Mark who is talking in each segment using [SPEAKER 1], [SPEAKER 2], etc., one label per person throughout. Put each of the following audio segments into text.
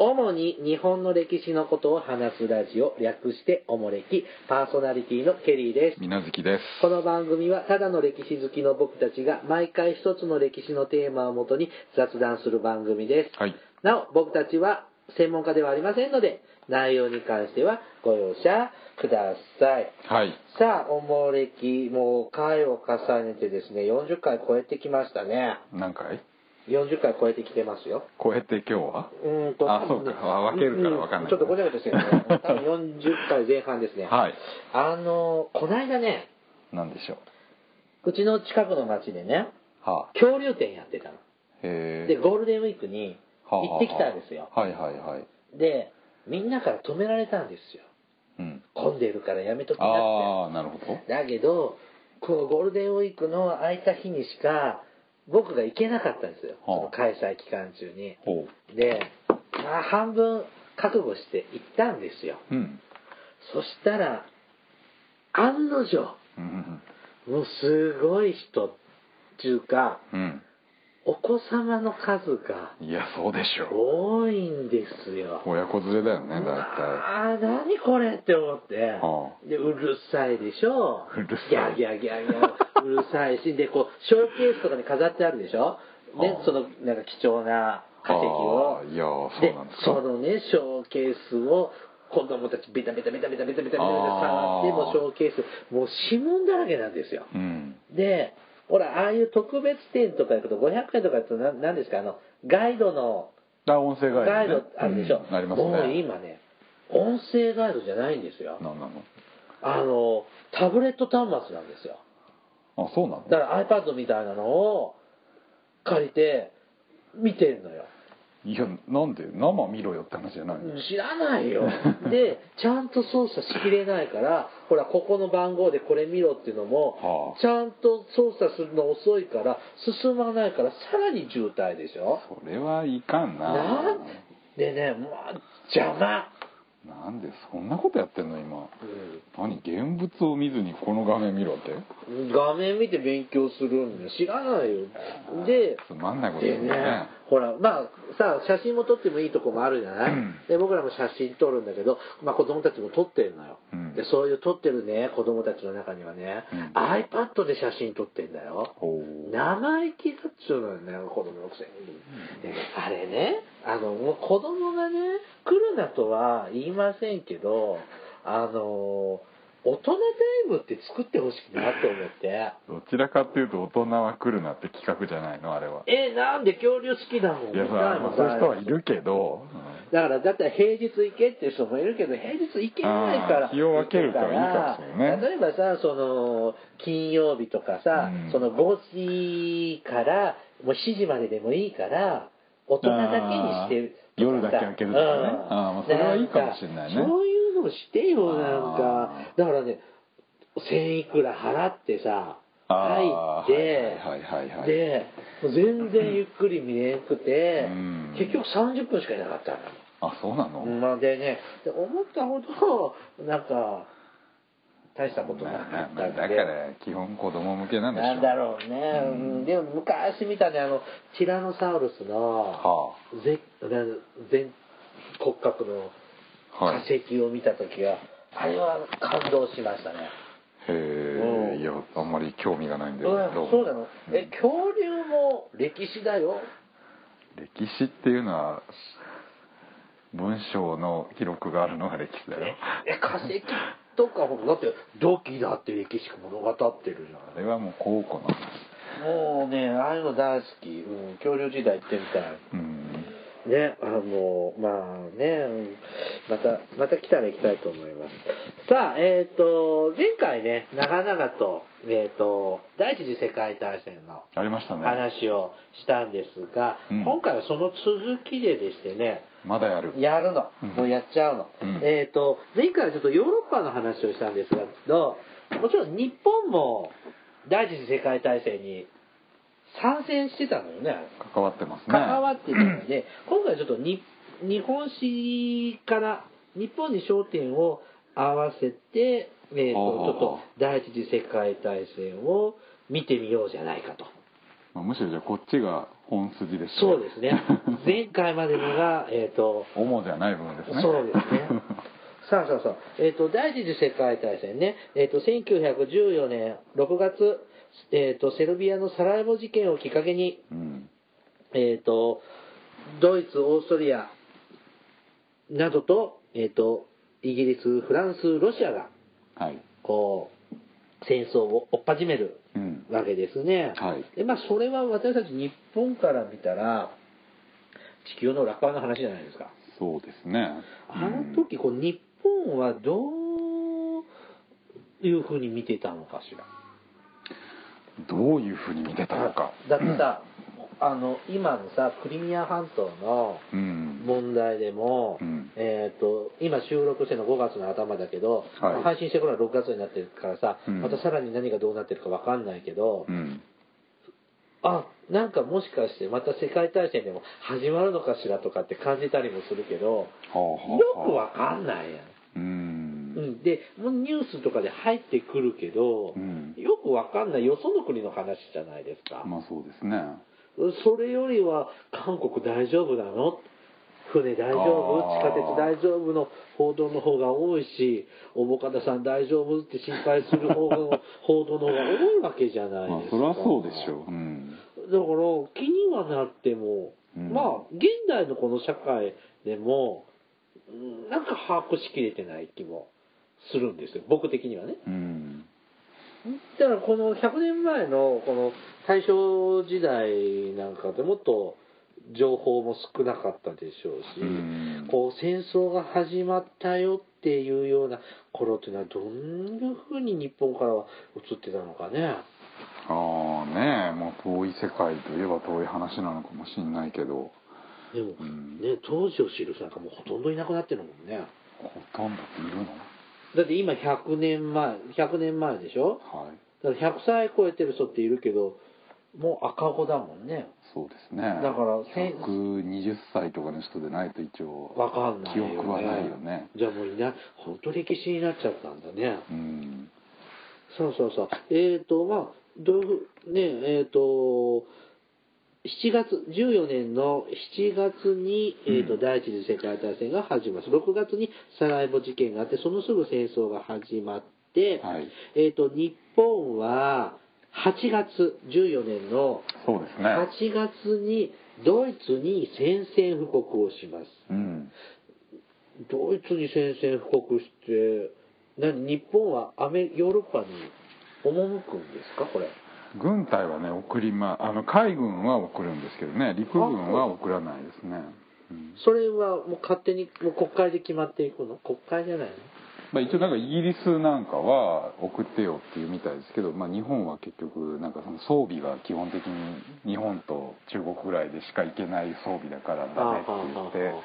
[SPEAKER 1] 主に日本の歴史のことを話すラジオ略しておもれきパーソナリティのケリーです
[SPEAKER 2] みなずきです。
[SPEAKER 1] この番組はただの歴史好きの僕たちが毎回一つの歴史のテーマをもとに雑談する番組です
[SPEAKER 2] はい。
[SPEAKER 1] なお僕たちは専門家ではありませんので内容に関してはご容赦ください
[SPEAKER 2] はい。
[SPEAKER 1] さあおもれきもう回を重ねてですね40回超えてきましたね
[SPEAKER 2] 何回
[SPEAKER 1] 40回超えてきてますよ
[SPEAKER 2] こうやって今日は
[SPEAKER 1] うーんと
[SPEAKER 2] あ、そうか。あ分けるから分かんない、
[SPEAKER 1] うちょっとごちゃごちゃしてるね多分40回前半ですね
[SPEAKER 2] はい。
[SPEAKER 1] あのこないだね
[SPEAKER 2] なんでしょう。
[SPEAKER 1] うちの近くの町でね
[SPEAKER 2] はあ。
[SPEAKER 1] 恐竜展やってたの
[SPEAKER 2] へえ。
[SPEAKER 1] でゴールデンウィークに
[SPEAKER 2] はあはあ
[SPEAKER 1] 行
[SPEAKER 2] はあ
[SPEAKER 1] ってきたんですよ
[SPEAKER 2] はいはいはい。
[SPEAKER 1] でみんなから止められたんですよ
[SPEAKER 2] うん。
[SPEAKER 1] 混んでるからやめときなっ
[SPEAKER 2] ああ、なるほど。
[SPEAKER 1] てだけどこのゴールデンウィークの空いた日にしか僕が行けなかったんですよ、
[SPEAKER 2] は
[SPEAKER 1] その
[SPEAKER 2] あ
[SPEAKER 1] 開催期間中に
[SPEAKER 2] ほ
[SPEAKER 1] で、まあ、半分覚悟して行ったんですよ
[SPEAKER 2] う。うん。
[SPEAKER 1] そしたら案の定
[SPEAKER 2] うんうん
[SPEAKER 1] もうすごい人っていうか
[SPEAKER 2] うん。
[SPEAKER 1] お子様の数が
[SPEAKER 2] うん。いや、そうでしょ
[SPEAKER 1] 多いんですよ
[SPEAKER 2] う。親子連れだよね、大体。
[SPEAKER 1] ああ何これって思って、
[SPEAKER 2] は
[SPEAKER 1] でうるさいでしょ
[SPEAKER 2] うるさい
[SPEAKER 1] ギャーギャーギャーギャーうるさいしでこうショーケースとかに飾ってあるでしょね
[SPEAKER 2] はあ
[SPEAKER 1] そのなんか貴重な化石を
[SPEAKER 2] あーいやーそうなんですか
[SPEAKER 1] そのねショーケースを子供たちビタビタビタビタビタビタビタビタ触って
[SPEAKER 2] あー
[SPEAKER 1] もうショーケースもう指紋だらけなんですよ
[SPEAKER 2] うん。
[SPEAKER 1] でほらああいう特別展とか行くと500円とか行くとな何ですかあのガイドの
[SPEAKER 2] あ、音声ガイド、ね。
[SPEAKER 1] ガイドあるでしょ、
[SPEAKER 2] うんありますね。
[SPEAKER 1] もう今ね音声ガイドじゃないんですよ
[SPEAKER 2] なんなの
[SPEAKER 1] あのタブレット端末なんですよ
[SPEAKER 2] あ、そうなの
[SPEAKER 1] だから iPad みたいなのを借りて見てんのよ
[SPEAKER 2] いや、なんで生見ろよって話じゃないの、
[SPEAKER 1] 知らない よでちゃんと操作しきれないからほらここの番号でこれ見ろっていうのも、
[SPEAKER 2] はあ
[SPEAKER 1] ちゃんと操作するの遅いから進まないからさらに渋滞でしょ
[SPEAKER 2] それはいかんな。
[SPEAKER 1] なんでねもう邪魔、
[SPEAKER 2] なんでそんなことやってんの今
[SPEAKER 1] うん
[SPEAKER 2] 何現物を見ずにこの画面見ろって
[SPEAKER 1] 画面見て勉強するんで知らないよで
[SPEAKER 2] つまんないこと
[SPEAKER 1] で
[SPEAKER 2] 言うね
[SPEAKER 1] ねほらまあさ写真も撮ってもいいとこもあるじゃない、
[SPEAKER 2] うん
[SPEAKER 1] で僕らも写真撮るんだけど、まあ、子供たちも撮ってるのよ、
[SPEAKER 2] うん
[SPEAKER 1] でそういう撮ってるね子供たちの中にはね、
[SPEAKER 2] うん
[SPEAKER 1] iPad で写真撮ってんだよ
[SPEAKER 2] ほう
[SPEAKER 1] 生意気だっちゅうのよね子供のくせに、であれねあのもう子供がね来るなとは言いませんけどあの大人タイムって作ってほしいなって思って
[SPEAKER 2] どちらかっていうと大人は来るなって企画じゃないのあれは
[SPEAKER 1] えなんで恐竜好きだもん
[SPEAKER 2] いや
[SPEAKER 1] みた
[SPEAKER 2] さ
[SPEAKER 1] いな
[SPEAKER 2] そういう人はいるけど、うん
[SPEAKER 1] だからだったら平日行けっていう人もいるけど平日行けないから
[SPEAKER 2] あー日を分けるといいかもしれないね
[SPEAKER 1] 例えばさその金曜日とかさ、
[SPEAKER 2] うん
[SPEAKER 1] その5時からもう7時まででもいいから大人だけにして
[SPEAKER 2] あー夜だけ開けるとかねあーまあそれはいいかもしれないね
[SPEAKER 1] んかそういうのをしてよなんか
[SPEAKER 2] あ
[SPEAKER 1] だからね1000いくら払ってさ入
[SPEAKER 2] あー
[SPEAKER 1] って
[SPEAKER 2] はいはいはいはい
[SPEAKER 1] でもう全然ゆっくり見れんくて、
[SPEAKER 2] うん
[SPEAKER 1] 結局30分しかいなかったの
[SPEAKER 2] あそうなの、
[SPEAKER 1] まあでねで思ったほどなんか大したことなか
[SPEAKER 2] まあ
[SPEAKER 1] っ
[SPEAKER 2] まあ
[SPEAKER 1] たん
[SPEAKER 2] だ
[SPEAKER 1] で、
[SPEAKER 2] から基本子供向けなんでしょ
[SPEAKER 1] なんだろうね、うんでも昔見たねあのティラノサウルスの
[SPEAKER 2] は
[SPEAKER 1] 全全骨格の
[SPEAKER 2] あはい
[SPEAKER 1] 化石を見た時は、あれは感動しましたね
[SPEAKER 2] へえ、
[SPEAKER 1] うん
[SPEAKER 2] いやあんまり興味がないんだ
[SPEAKER 1] う
[SPEAKER 2] よ
[SPEAKER 1] ん
[SPEAKER 2] ね
[SPEAKER 1] そうなの
[SPEAKER 2] うん
[SPEAKER 1] え恐竜も歴史だよ
[SPEAKER 2] 歴史っていうのは文章の記録があるのが歴史だよ
[SPEAKER 1] ええ化石とかほらだって土器だって歴史物語ってるじゃん
[SPEAKER 2] あれはもう考古の話
[SPEAKER 1] もうね、ああいうの大好き。うん、恐竜時代行ってみたい。
[SPEAKER 2] うん
[SPEAKER 1] ね、あの、まあね、うんまた、また来たら行きたいと思います。さあ、えっ、と、前回ね、長々と、えっ、と、第一次世界大戦の
[SPEAKER 2] ありましたね
[SPEAKER 1] 話をしたんですが、
[SPEAKER 2] うん
[SPEAKER 1] 今回はその続きででしてね、
[SPEAKER 2] まだやる
[SPEAKER 1] やるの
[SPEAKER 2] うん。
[SPEAKER 1] もうやっちゃうの。
[SPEAKER 2] うん
[SPEAKER 1] えっ、と、前回はちょっとヨーロッパの話をしたんですが、もちろん日本も第一次世界大戦に参戦してたのよね。
[SPEAKER 2] 関わってますね
[SPEAKER 1] 関わってたので、今回はちょっとに日本史から、日本に焦点を合わせて、えー、とち
[SPEAKER 2] ほうほうほう
[SPEAKER 1] ょっと第一次世界大戦を見てみようじゃないかと。
[SPEAKER 2] まあむしろじゃあこっちが本筋です、
[SPEAKER 1] そうです ね前回までのがえっ、と
[SPEAKER 2] 主じゃない部分ですね
[SPEAKER 1] そうですねさあさあさあ、えっと第二次世界大戦ね、えっと1914年6月、えっとセルビアのサラエボ事件をきっかけに、
[SPEAKER 2] うん
[SPEAKER 1] えっとドイツオーストリアなどと,、えっとイギリスフランスロシアが
[SPEAKER 2] はい
[SPEAKER 1] こう戦争を追っ始める
[SPEAKER 2] うん
[SPEAKER 1] わけですね、
[SPEAKER 2] はい
[SPEAKER 1] でまあ、それは私たち日本から見たら地球の楽観の話じゃないですか
[SPEAKER 2] そうですね
[SPEAKER 1] あの時こう日本はどういうふうに見てたのかしら
[SPEAKER 2] うんどういうふうに見てたのか
[SPEAKER 1] だってさあの今のさクリミア半島の
[SPEAKER 2] うん
[SPEAKER 1] 問題でも、
[SPEAKER 2] うん
[SPEAKER 1] えー、と今収録してるの5月の頭だけど、
[SPEAKER 2] はい
[SPEAKER 1] まあ配信してから6月になってるからさ、
[SPEAKER 2] うん
[SPEAKER 1] またさらに何がどうなってるかわかんないけど、
[SPEAKER 2] うん
[SPEAKER 1] あなんかもしかしてまた世界大戦でも始まるのかしらとかって感じたりもするけど
[SPEAKER 2] はあはあ
[SPEAKER 1] よくわかんないやん。
[SPEAKER 2] う
[SPEAKER 1] うんん、でもうニュースとかで入ってくるけど、
[SPEAKER 2] うん
[SPEAKER 1] よくわかんないよその国の話じゃないですか、
[SPEAKER 2] まあそうですね
[SPEAKER 1] それよりは韓国大丈夫なの船大丈夫地
[SPEAKER 2] あー
[SPEAKER 1] 下鉄大丈夫の報道の方が多いしおぼかださん大丈夫って心配する 方が報道の方が多いわけじゃない
[SPEAKER 2] まあ
[SPEAKER 1] ですか、
[SPEAKER 2] そりゃそうでしょううん
[SPEAKER 1] だから気にはなっても、
[SPEAKER 2] うん
[SPEAKER 1] まあ現代のこの社会でもうんなんか把握しきれてない気もするんですよ僕的にはね
[SPEAKER 2] うん
[SPEAKER 1] だからこの100年前のこの大正時代なんかでもっと情報も少なかったでしょうし、
[SPEAKER 2] うん
[SPEAKER 1] こう戦争が始まったよっていうような頃っていうのはどういうふうに日本からは映ってたのかね。
[SPEAKER 2] ああねえもう遠い世界といえば遠い話なのかもしれないけど
[SPEAKER 1] でも、
[SPEAKER 2] うん
[SPEAKER 1] ね当時を知る人なんかもうほとんどいなくなってるもんね
[SPEAKER 2] ほとんどいるの
[SPEAKER 1] だって今100年前100年前でしょ
[SPEAKER 2] はい
[SPEAKER 1] だから100歳超えてる人っているけどもう赤子だもんね
[SPEAKER 2] そうですね
[SPEAKER 1] だからせん
[SPEAKER 2] 120歳とかの人でないと一応
[SPEAKER 1] わかんないよ、ね、
[SPEAKER 2] 記憶はないよね
[SPEAKER 1] じゃあもういない本当歴史になっちゃったんだね
[SPEAKER 2] うん
[SPEAKER 1] そうそうそうえっ、とまあどういうふうねえっ、と7月14年の7月に、えーと
[SPEAKER 2] うん
[SPEAKER 1] 第一次世界大戦が始まります6月にサラエボ事件があってそのすぐ戦争が始まって、
[SPEAKER 2] はい
[SPEAKER 1] えー、と日本は8月14年の
[SPEAKER 2] そうですね
[SPEAKER 1] 8月にドイツに宣戦布告をします
[SPEAKER 2] うん
[SPEAKER 1] ドイツに宣戦布告して何日本はアメヨーロッパに赴くんですかこれ
[SPEAKER 2] 軍隊はね送りまあの海軍は送るんですけどね陸軍は送らないですね、うん
[SPEAKER 1] それはもう勝手にもう国会で決まっていくの国会じゃないの
[SPEAKER 2] まあ、一応なんかイギリスなんかは送ってよっていうみたいですけど、まあ、日本は結局なんかその装備が基本的に日本と中国ぐらいでしか行けない装備だからダメって言って
[SPEAKER 1] ああああああ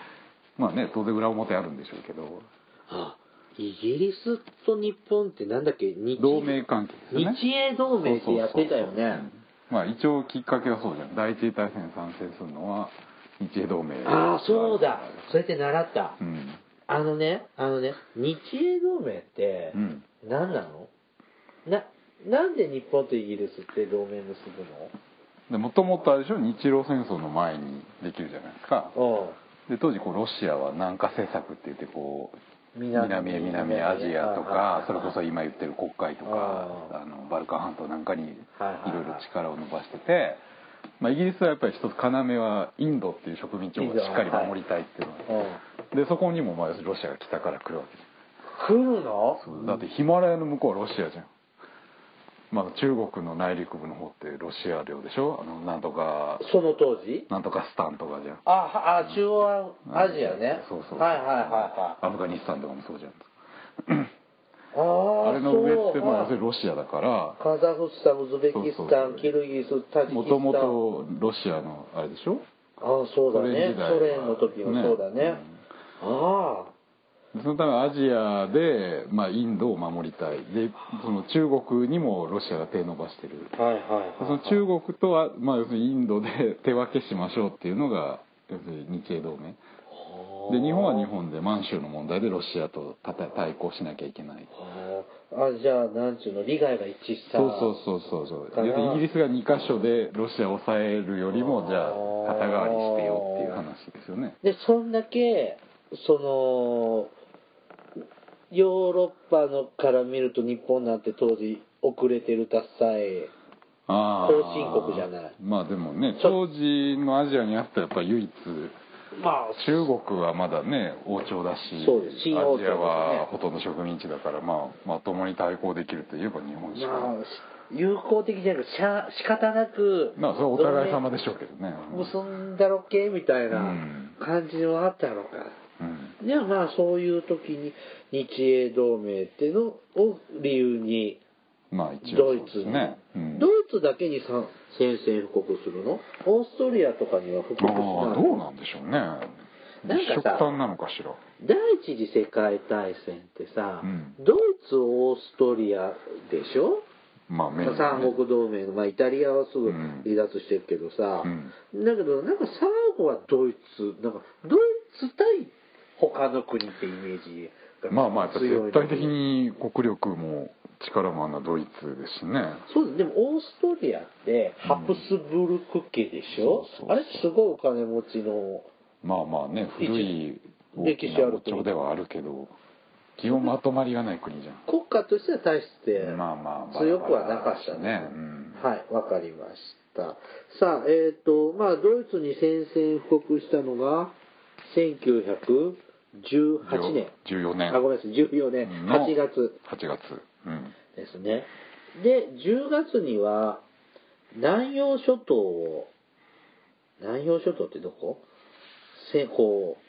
[SPEAKER 2] まあね当然裏表あるんでしょうけど
[SPEAKER 1] あイギリスと日本ってなんだっけ日
[SPEAKER 2] 同盟関係ですね
[SPEAKER 1] 日英同盟ってやってたよね
[SPEAKER 2] そうそうそううんまあ一応きっかけはそうじゃん第一次大戦に賛成するのは日英同盟
[SPEAKER 1] ああそうだそうやって習った、
[SPEAKER 2] うん
[SPEAKER 1] あのねあのね日英同盟って
[SPEAKER 2] うん
[SPEAKER 1] 何なの、ななんで日本とイギリスって同盟結ぶの
[SPEAKER 2] でもともとあれでしょ日露戦争の前にできるじゃないですか
[SPEAKER 1] お
[SPEAKER 2] で当時こうロシアは南下政策って言ってこう南へ南へアジアとかそれこそ今言ってる国会とか
[SPEAKER 1] あー
[SPEAKER 2] あのバルカン半島なんかにい
[SPEAKER 1] はいはいはい
[SPEAKER 2] ろいろ力を伸ばしてて、まあ、イギリスはやっぱり一つ要はインドっていう植民地をしっかり守りたいっていうの
[SPEAKER 1] う
[SPEAKER 2] が
[SPEAKER 1] ん
[SPEAKER 2] でそこにもまあロシアが北から来るわけじ
[SPEAKER 1] 来るの
[SPEAKER 2] ゃんだってヒマラヤの向こうはロシアじゃん、まあ、中国の内陸部の方ってロシア領でしょあのなんとか
[SPEAKER 1] その当時
[SPEAKER 2] なんとかスタンとかじゃん
[SPEAKER 1] あはあ中央アジアね
[SPEAKER 2] そうそう
[SPEAKER 1] はいはいはいはい
[SPEAKER 2] アフガニスタンとかもそうじゃん
[SPEAKER 1] あー
[SPEAKER 2] あれの上って
[SPEAKER 1] そう
[SPEAKER 2] まあ要するにロシアだから
[SPEAKER 1] カザフスタンウズベキスタ
[SPEAKER 2] そうそうそ
[SPEAKER 1] ン
[SPEAKER 2] う
[SPEAKER 1] キルギスタジキスタン
[SPEAKER 2] もともとロシアのあれでしょ
[SPEAKER 1] ああそうだ
[SPEAKER 2] ソ
[SPEAKER 1] ね
[SPEAKER 2] 連時代は
[SPEAKER 1] ソ連の時もそうだね
[SPEAKER 2] ね
[SPEAKER 1] あ
[SPEAKER 2] そのためアジアで、まあ、インドを守りたいでその中国にもロシアが手伸ばしてる
[SPEAKER 1] あはいはい
[SPEAKER 2] そ
[SPEAKER 1] はい
[SPEAKER 2] の
[SPEAKER 1] はい
[SPEAKER 2] 中国とは、 まあ、要するにインドで手分けしましょうっていうのが要するに日英同盟で日本は日本で満州の問題でロシアとたた対抗しなきゃいけない
[SPEAKER 1] あーあじゃあなんちゅうの利害が一致した
[SPEAKER 2] そうそうそうそうそう
[SPEAKER 1] だから
[SPEAKER 2] 要するにイギリスが2か所でロシアを抑えるよりもじゃあ肩代わりしてよっていう話ですよね
[SPEAKER 1] でそんだけそのヨーロッパのから見ると日本なんて当時遅れてるたっさえ
[SPEAKER 2] あ
[SPEAKER 1] 後
[SPEAKER 2] ー
[SPEAKER 1] 進国じゃない
[SPEAKER 2] まあでもね
[SPEAKER 1] ちょ
[SPEAKER 2] 当時のアジアにあったやっぱり唯一
[SPEAKER 1] まあ
[SPEAKER 2] 中国はまだね王朝だし
[SPEAKER 1] そうです新王朝です
[SPEAKER 2] ア
[SPEAKER 1] ね
[SPEAKER 2] ジアはほとんど植民地だから、まあ、まともに対抗できるといえば日本しか
[SPEAKER 1] ま
[SPEAKER 2] な
[SPEAKER 1] あ
[SPEAKER 2] い、
[SPEAKER 1] 友好的じゃなくしゃ仕方なく
[SPEAKER 2] まあそれはお互い様でしょうけどね
[SPEAKER 1] 同盟結んだろけみたいな
[SPEAKER 2] うん
[SPEAKER 1] 感じはあったのか、
[SPEAKER 2] うん
[SPEAKER 1] ではまあそういう時に日英同盟っていうのを理由に
[SPEAKER 2] まあ一応
[SPEAKER 1] ド
[SPEAKER 2] そう
[SPEAKER 1] イ
[SPEAKER 2] です
[SPEAKER 1] ツ
[SPEAKER 2] ね、うん
[SPEAKER 1] ドイツだけにさ宣戦布告するのオーストリアとかには布告し
[SPEAKER 2] あ
[SPEAKER 1] ない
[SPEAKER 2] あどうなんでしょうね
[SPEAKER 1] なんか
[SPEAKER 2] 一
[SPEAKER 1] さ
[SPEAKER 2] 色単なのかしら
[SPEAKER 1] 第一次世界大戦ってさ、
[SPEAKER 2] うん
[SPEAKER 1] ドイツオーストリアでしょ、
[SPEAKER 2] まあメインはね
[SPEAKER 1] 三国同盟の、まあ、イタリアはすぐ離脱してるけどさ、だけどなんか最後はドイツなんかドイツ対他の国ってイメージが強い
[SPEAKER 2] まあまあやっぱ絶対的に国力も力もあんなドイツですしね
[SPEAKER 1] そうでもオーストリアってハプスブルク家でしょ、
[SPEAKER 2] そうそうそう
[SPEAKER 1] あれすごいお金持ちの
[SPEAKER 2] まあまあね古い大
[SPEAKER 1] 歴
[SPEAKER 2] き
[SPEAKER 1] 史あ
[SPEAKER 2] な
[SPEAKER 1] る
[SPEAKER 2] 王
[SPEAKER 1] 国
[SPEAKER 2] 朝ではあるけど基本まとまりがない国じゃん
[SPEAKER 1] 国家としては大して
[SPEAKER 2] まあまあ
[SPEAKER 1] 強くはなかった
[SPEAKER 2] バラバラだしねうん
[SPEAKER 1] はいわかりましたさあえっ、とまあドイツに宣戦布告したのが1918年
[SPEAKER 2] 14年
[SPEAKER 1] あごめんなさい14年
[SPEAKER 2] の
[SPEAKER 1] 8月
[SPEAKER 2] 8月うん
[SPEAKER 1] ですねで10月には南洋諸島を南洋諸島ってどこせこう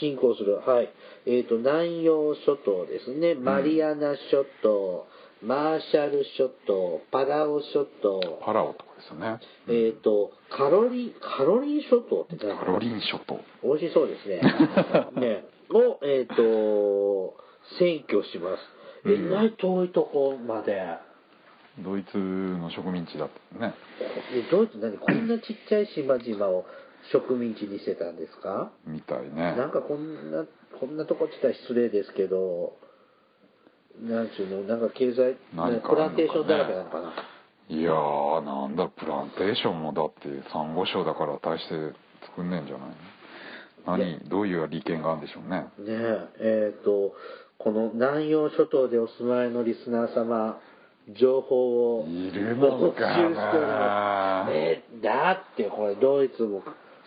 [SPEAKER 1] 進行するはいえー、と南洋諸島ですねマリアナ諸島、マーシャル諸島パラオ諸島
[SPEAKER 2] パラオとかですよね
[SPEAKER 1] えっ、とカロリンカロリン諸島って何
[SPEAKER 2] カロリン諸島
[SPEAKER 1] 美味しそうです ね。ねを、えっ、と、占拠します。え
[SPEAKER 2] うん
[SPEAKER 1] らい遠いとこまで。
[SPEAKER 2] ドイツの植民地だったね
[SPEAKER 1] えドイツ何こんなちっちゃい島々を植民地にしてたんですか
[SPEAKER 2] みたいね
[SPEAKER 1] なんかこんな、こんなとこって言ったら失礼ですけど、なんちゅうの、なんか経済、
[SPEAKER 2] なんか
[SPEAKER 1] プランテーションだらけなのかな。
[SPEAKER 2] いやーなんだプランテーションもだってサンゴ礁だから大して作んねえんじゃないの何どういう利権があるんでしょうね
[SPEAKER 1] ねえ、えっ、と、この南洋諸島でお住まいのリスナー様、情報を
[SPEAKER 2] いるのかな
[SPEAKER 1] 募集しておりますえだってこれドイツも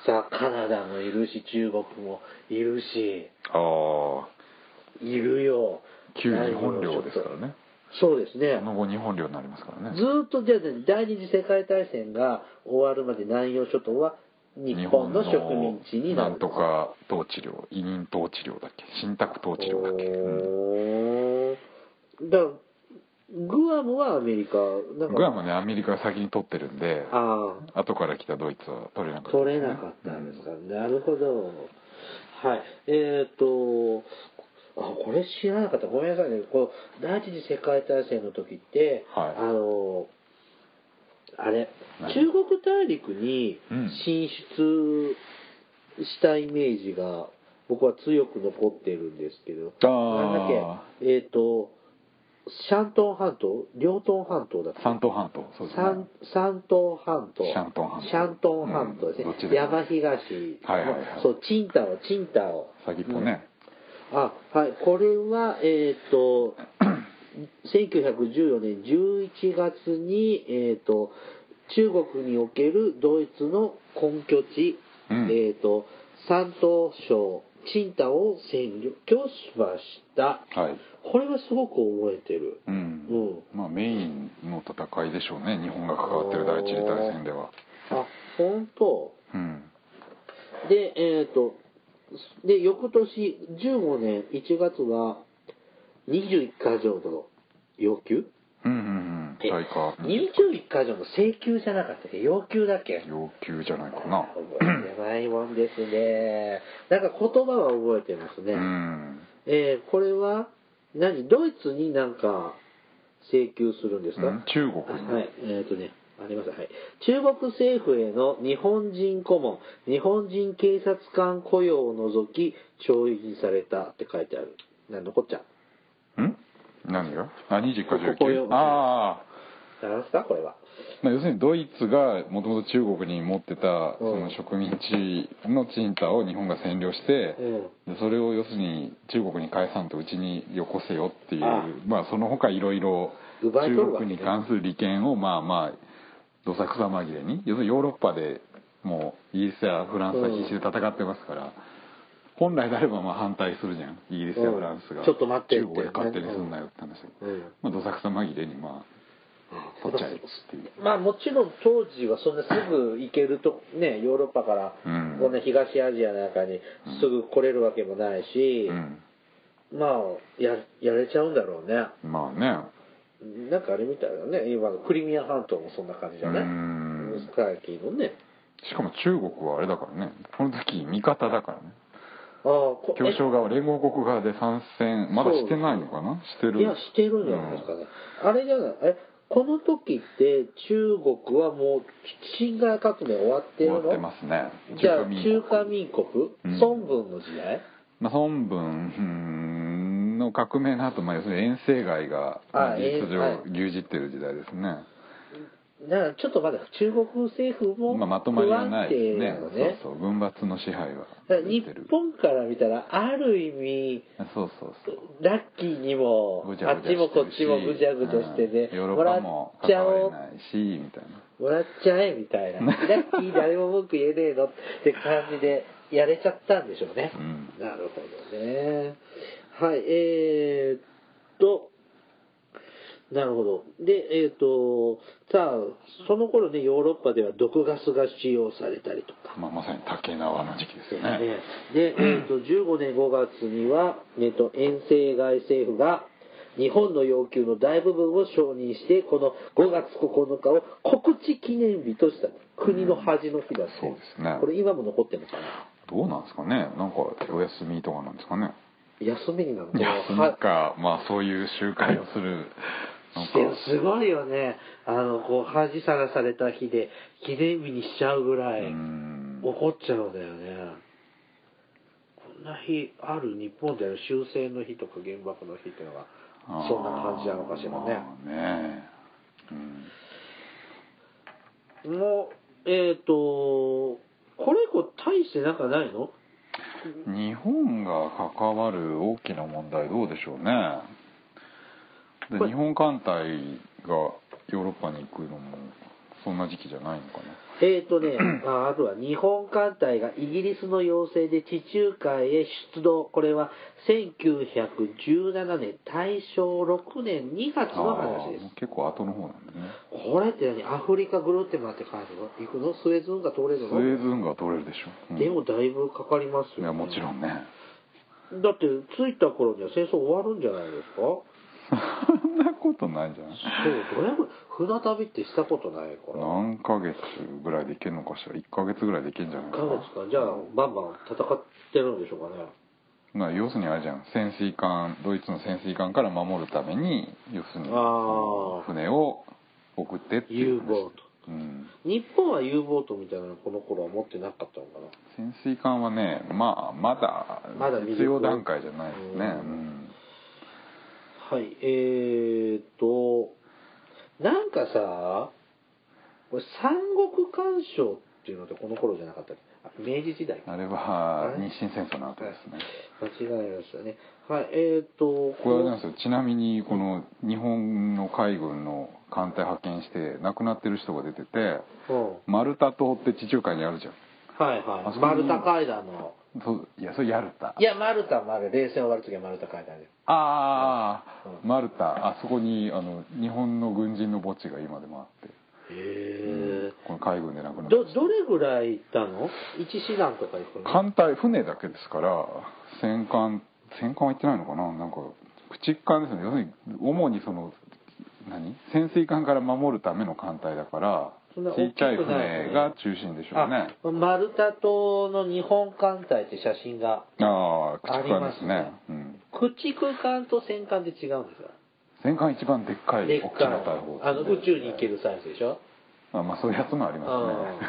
[SPEAKER 1] さ、カナダもいるし、中国もいるし、
[SPEAKER 2] ああ
[SPEAKER 1] いるよ。
[SPEAKER 2] 旧日本領ですからね
[SPEAKER 1] そうですね
[SPEAKER 2] そ。の後日本領になりますから
[SPEAKER 1] ず
[SPEAKER 2] ね
[SPEAKER 1] ーっとじゃあね第二次世界大戦が終わるまで南洋諸島は日本の植民地になる
[SPEAKER 2] んとか統治領委任統治領だっけ信託統治領だっけ、うん
[SPEAKER 1] おーだからグアムはアメリカなんか
[SPEAKER 2] グアムはねアメリカが先に取ってるんで
[SPEAKER 1] ああ
[SPEAKER 2] 後から来たドイツは取れなかった
[SPEAKER 1] 取れなかったんですか、なるほどはいえっ、とあこれ知らなかったごめんなさいねこう第一次世界大戦の時って、
[SPEAKER 2] はい
[SPEAKER 1] あのあれ
[SPEAKER 2] 何
[SPEAKER 1] 中国大陸に
[SPEAKER 2] うん
[SPEAKER 1] 進出したイメージが僕は強く残ってるんですけど
[SPEAKER 2] あー
[SPEAKER 1] なんだっけえっ、とシャントン半島両トン半島だっけ
[SPEAKER 2] 山東半島そうですね
[SPEAKER 1] 山山東半島
[SPEAKER 2] シャントン半島
[SPEAKER 1] シャントン半島です
[SPEAKER 2] う
[SPEAKER 1] ね
[SPEAKER 2] んどっち、でも
[SPEAKER 1] 山東、
[SPEAKER 2] はいはいはい
[SPEAKER 1] そうチンタオチンタオ
[SPEAKER 2] 先っぽね、
[SPEAKER 1] あはいこれはえっ、と 1914年11月にえっ、と中国におけるドイツの根拠地、
[SPEAKER 2] うん
[SPEAKER 1] えっ、と山東省チンタオを占拠しました
[SPEAKER 2] はい
[SPEAKER 1] これはすごく覚えてる
[SPEAKER 2] うん
[SPEAKER 1] うん
[SPEAKER 2] まあ、メインの戦いでしょうね日本が関わってる第一次大戦では、
[SPEAKER 1] あ本当
[SPEAKER 2] うん、
[SPEAKER 1] で、えっ、と、で、翌年15年1月は21箇条の要求
[SPEAKER 2] うんうんうん
[SPEAKER 1] え
[SPEAKER 2] 対価
[SPEAKER 1] ?21 箇条の請求じゃなかったっけ要求だっけ
[SPEAKER 2] 要求じゃないかな
[SPEAKER 1] 覚えてないもんですね。なんか言葉は覚えてますね。
[SPEAKER 2] うん
[SPEAKER 1] えーこれは、何ドイツになんか請求するんですか、
[SPEAKER 2] うん中国に
[SPEAKER 1] あはい。えっ、とね、ありますはい。中国政府への日本人顧問、日本人警察官雇用を除き、懲役にされたって書いてある。なんのこっちゃ。
[SPEAKER 2] ん何があ20
[SPEAKER 1] こ
[SPEAKER 2] か
[SPEAKER 1] こよ
[SPEAKER 2] 19ああ
[SPEAKER 1] なりますかこれは。
[SPEAKER 2] まあ要するにドイツがもともと中国に持ってたそ
[SPEAKER 1] うん
[SPEAKER 2] の植民地の賃貸を日本が占領してでそれを要するに中国に返さんとうちによこせよっていう
[SPEAKER 1] あ
[SPEAKER 2] まあその他いろいろ
[SPEAKER 1] 奪い取る
[SPEAKER 2] 中
[SPEAKER 1] わけ
[SPEAKER 2] 国
[SPEAKER 1] ね
[SPEAKER 2] に関する利権をまあまあどさくさ紛れに要するにヨーロッパでもうイギリスやフランスは必死で戦ってますから本来であればまあ反対するじゃんイギリスやフランス
[SPEAKER 1] う
[SPEAKER 2] が
[SPEAKER 1] んちょっと待ってって
[SPEAKER 2] 中国で勝手にすんなよって話
[SPEAKER 1] うん。うん。
[SPEAKER 2] まあどさくさ紛れにまあ取っちゃえっつっていう。
[SPEAKER 1] まあもちろん当時はそんなすぐ行けると、ね、ヨーロッパから、
[SPEAKER 2] うん
[SPEAKER 1] こんな東アジアなんかにすぐ来れるわけもないし
[SPEAKER 2] う、ん
[SPEAKER 1] まあや、やれちゃうんだろうね。
[SPEAKER 2] まあね
[SPEAKER 1] なんかあれみたいだね、今のクリミア半島もそんな感じじゃな
[SPEAKER 2] う
[SPEAKER 1] い
[SPEAKER 2] ん
[SPEAKER 1] カーキーのね。
[SPEAKER 2] しかも中国はあれだからねこの時味方だからね
[SPEAKER 1] ああ、こ
[SPEAKER 2] 協商側連合国側で参戦まだしてないのかなしてる
[SPEAKER 1] いや、してるんじゃないですかね。あれじゃない、え、この時って中国はもう辛亥革命終わって
[SPEAKER 2] 終
[SPEAKER 1] る
[SPEAKER 2] わ
[SPEAKER 1] の
[SPEAKER 2] ってますね
[SPEAKER 1] じゃあ
[SPEAKER 2] 中華民
[SPEAKER 1] 中
[SPEAKER 2] 国
[SPEAKER 1] 華民国、
[SPEAKER 2] うん
[SPEAKER 1] 孫文の時代
[SPEAKER 2] まあ、孫文うんの革命の後、まあ要するに遠征街がま
[SPEAKER 1] あ
[SPEAKER 2] あ事実
[SPEAKER 1] え
[SPEAKER 2] 上
[SPEAKER 1] ー
[SPEAKER 2] 牛耳ってる時代ですね
[SPEAKER 1] だからちょっとまだ中国政府も
[SPEAKER 2] まあ、まとまりがないです
[SPEAKER 1] 不
[SPEAKER 2] ね
[SPEAKER 1] 安定なのね。
[SPEAKER 2] そうそう軍閥の支配は
[SPEAKER 1] だから日本から見たら、ある意味、
[SPEAKER 2] そうそうそう
[SPEAKER 1] ラッキーにも、
[SPEAKER 2] ぐち
[SPEAKER 1] あ
[SPEAKER 2] ゃ
[SPEAKER 1] っ
[SPEAKER 2] ぐ
[SPEAKER 1] ち
[SPEAKER 2] ちゃ
[SPEAKER 1] も
[SPEAKER 2] して
[SPEAKER 1] こ
[SPEAKER 2] る
[SPEAKER 1] っ
[SPEAKER 2] し
[SPEAKER 1] ちもぐちゃぐちゃしてね
[SPEAKER 2] う、んヨーロ
[SPEAKER 1] も
[SPEAKER 2] ッ
[SPEAKER 1] ら
[SPEAKER 2] パ
[SPEAKER 1] っ
[SPEAKER 2] も
[SPEAKER 1] ち
[SPEAKER 2] 関
[SPEAKER 1] ゃ
[SPEAKER 2] わ
[SPEAKER 1] お
[SPEAKER 2] れ
[SPEAKER 1] う
[SPEAKER 2] ないしみたいな
[SPEAKER 1] もらっちゃえみたいな、ラッキー誰も文句言えねえのって感じでやれちゃったんでしょうね。
[SPEAKER 2] うん
[SPEAKER 1] なるほどね。はい、えー、っと、なるほど。で、えーっと、さあ、その頃ね、ヨーロッパでは毒ガスが使用されたりとか。
[SPEAKER 2] まあ、まさに竹縄の時期ですよね
[SPEAKER 1] ねで、えー、と15年5月には、えー、と遠征外政府が日本の要求の大部分を承認してこの5月9日を告知記念日とした国の恥の日だって、
[SPEAKER 2] そうですね
[SPEAKER 1] これ今も残ってるのかな
[SPEAKER 2] どうなんですかねなんかお休みとかなんですかね
[SPEAKER 1] 休みになるの
[SPEAKER 2] 休みかまあそういう集会をするなんか
[SPEAKER 1] でもすごいよねあのこう恥さらされた日で記念日にしちゃうぐら
[SPEAKER 2] う
[SPEAKER 1] い
[SPEAKER 2] ん
[SPEAKER 1] 怒っちゃうんだよねこんな日ある日本である終戦の日とか原爆の日っていうのがそんな感じなのかしらね
[SPEAKER 2] あーまあねうん
[SPEAKER 1] もう、えっ、と、これ以降大してなんかないの
[SPEAKER 2] 日本が関わる大きな問題どうでしょうね
[SPEAKER 1] こ
[SPEAKER 2] で
[SPEAKER 1] れ
[SPEAKER 2] 日本艦隊がヨーロッパに行くのもそんな時期じゃないのかな
[SPEAKER 1] えっ、と ね、ああとは日本艦隊がイギリスの要請で地中海へ出動。これは1917年、大正6年2月の話です
[SPEAKER 2] あー。結構後の方なんだね
[SPEAKER 1] これって何アフリカぐるって回って帰るの行くのスエズ運河通れ
[SPEAKER 2] スウ
[SPEAKER 1] るの
[SPEAKER 2] ェーズ運河は取れるでしょ、うん
[SPEAKER 1] でもだいぶかかりますよ、
[SPEAKER 2] いやもちろんね
[SPEAKER 1] だって着いた頃には戦争終わるんじゃないですか
[SPEAKER 2] そんなことないんじゃない
[SPEAKER 1] そう、どれも船旅ってしたことないから。
[SPEAKER 2] 何ヶ月ぐらいで行けんのかしら1ヶ月ぐらいで行けんじゃな
[SPEAKER 1] 1
[SPEAKER 2] いか
[SPEAKER 1] ヶ
[SPEAKER 2] な
[SPEAKER 1] 月かじゃあバンバン戦ってるんでしょうかね
[SPEAKER 2] まあ要するにあれじゃん潜水艦ドイツの潜水艦から守るために要するに
[SPEAKER 1] あー
[SPEAKER 2] 船を送ってっていう
[SPEAKER 1] U
[SPEAKER 2] 話
[SPEAKER 1] ボート
[SPEAKER 2] うん、
[SPEAKER 1] 日本は U ボートみたいなのこの頃は持ってなかったのかな
[SPEAKER 2] 潜水艦はねまあま
[SPEAKER 1] まだ
[SPEAKER 2] だ
[SPEAKER 1] 未熟
[SPEAKER 2] 実用段階じゃないですね、
[SPEAKER 1] う
[SPEAKER 2] うんん
[SPEAKER 1] はいえー、っとなんかさこれ三国干渉っていうのってこの頃じゃなかったっけあ明治時代か
[SPEAKER 2] あれ
[SPEAKER 1] あ
[SPEAKER 2] は
[SPEAKER 1] れ
[SPEAKER 2] 日清戦争の後ですね
[SPEAKER 1] 間違えましたねはいえー、っと
[SPEAKER 2] これあれなんですよちなみにこの日本の海軍の艦隊派遣して亡くなってる人が出てて
[SPEAKER 1] こ
[SPEAKER 2] マルタ島って地中海にあるじゃん
[SPEAKER 1] うんはい
[SPEAKER 2] あ
[SPEAKER 1] は
[SPEAKER 2] そ
[SPEAKER 1] い
[SPEAKER 2] こ
[SPEAKER 1] マルタ海岸の
[SPEAKER 2] そういやそれヤルタ
[SPEAKER 1] いやマルタマル冷戦終わる時はマルタ海岸で
[SPEAKER 2] ああ、
[SPEAKER 1] う
[SPEAKER 2] マルタあそこにあの日本の軍人の墓地が今でもあって、
[SPEAKER 1] へえ
[SPEAKER 2] この海軍で亡くなった
[SPEAKER 1] どどれぐらい行ったの一師団とか行くの
[SPEAKER 2] 艦隊船だけですから戦艦戦艦は行ってないのかななんか駆逐艦ですよね要するに主にその何潜水艦から守るための艦隊だから
[SPEAKER 1] そんな
[SPEAKER 2] 小
[SPEAKER 1] 大きく
[SPEAKER 2] さい
[SPEAKER 1] ない
[SPEAKER 2] 船が中心でしょうね
[SPEAKER 1] あマルタ島の日本艦隊って写真が
[SPEAKER 2] ああ
[SPEAKER 1] あ
[SPEAKER 2] 駆
[SPEAKER 1] りま
[SPEAKER 2] 逐艦
[SPEAKER 1] す
[SPEAKER 2] で
[SPEAKER 1] ね
[SPEAKER 2] すねうん、
[SPEAKER 1] 駆逐艦と戦艦で違うんですよ
[SPEAKER 2] 戦艦一番でっかい
[SPEAKER 1] でっ
[SPEAKER 2] 大き
[SPEAKER 1] かい
[SPEAKER 2] な大砲
[SPEAKER 1] あの宇宙に行けるサイズでしょ
[SPEAKER 2] あまあそういうやつもあり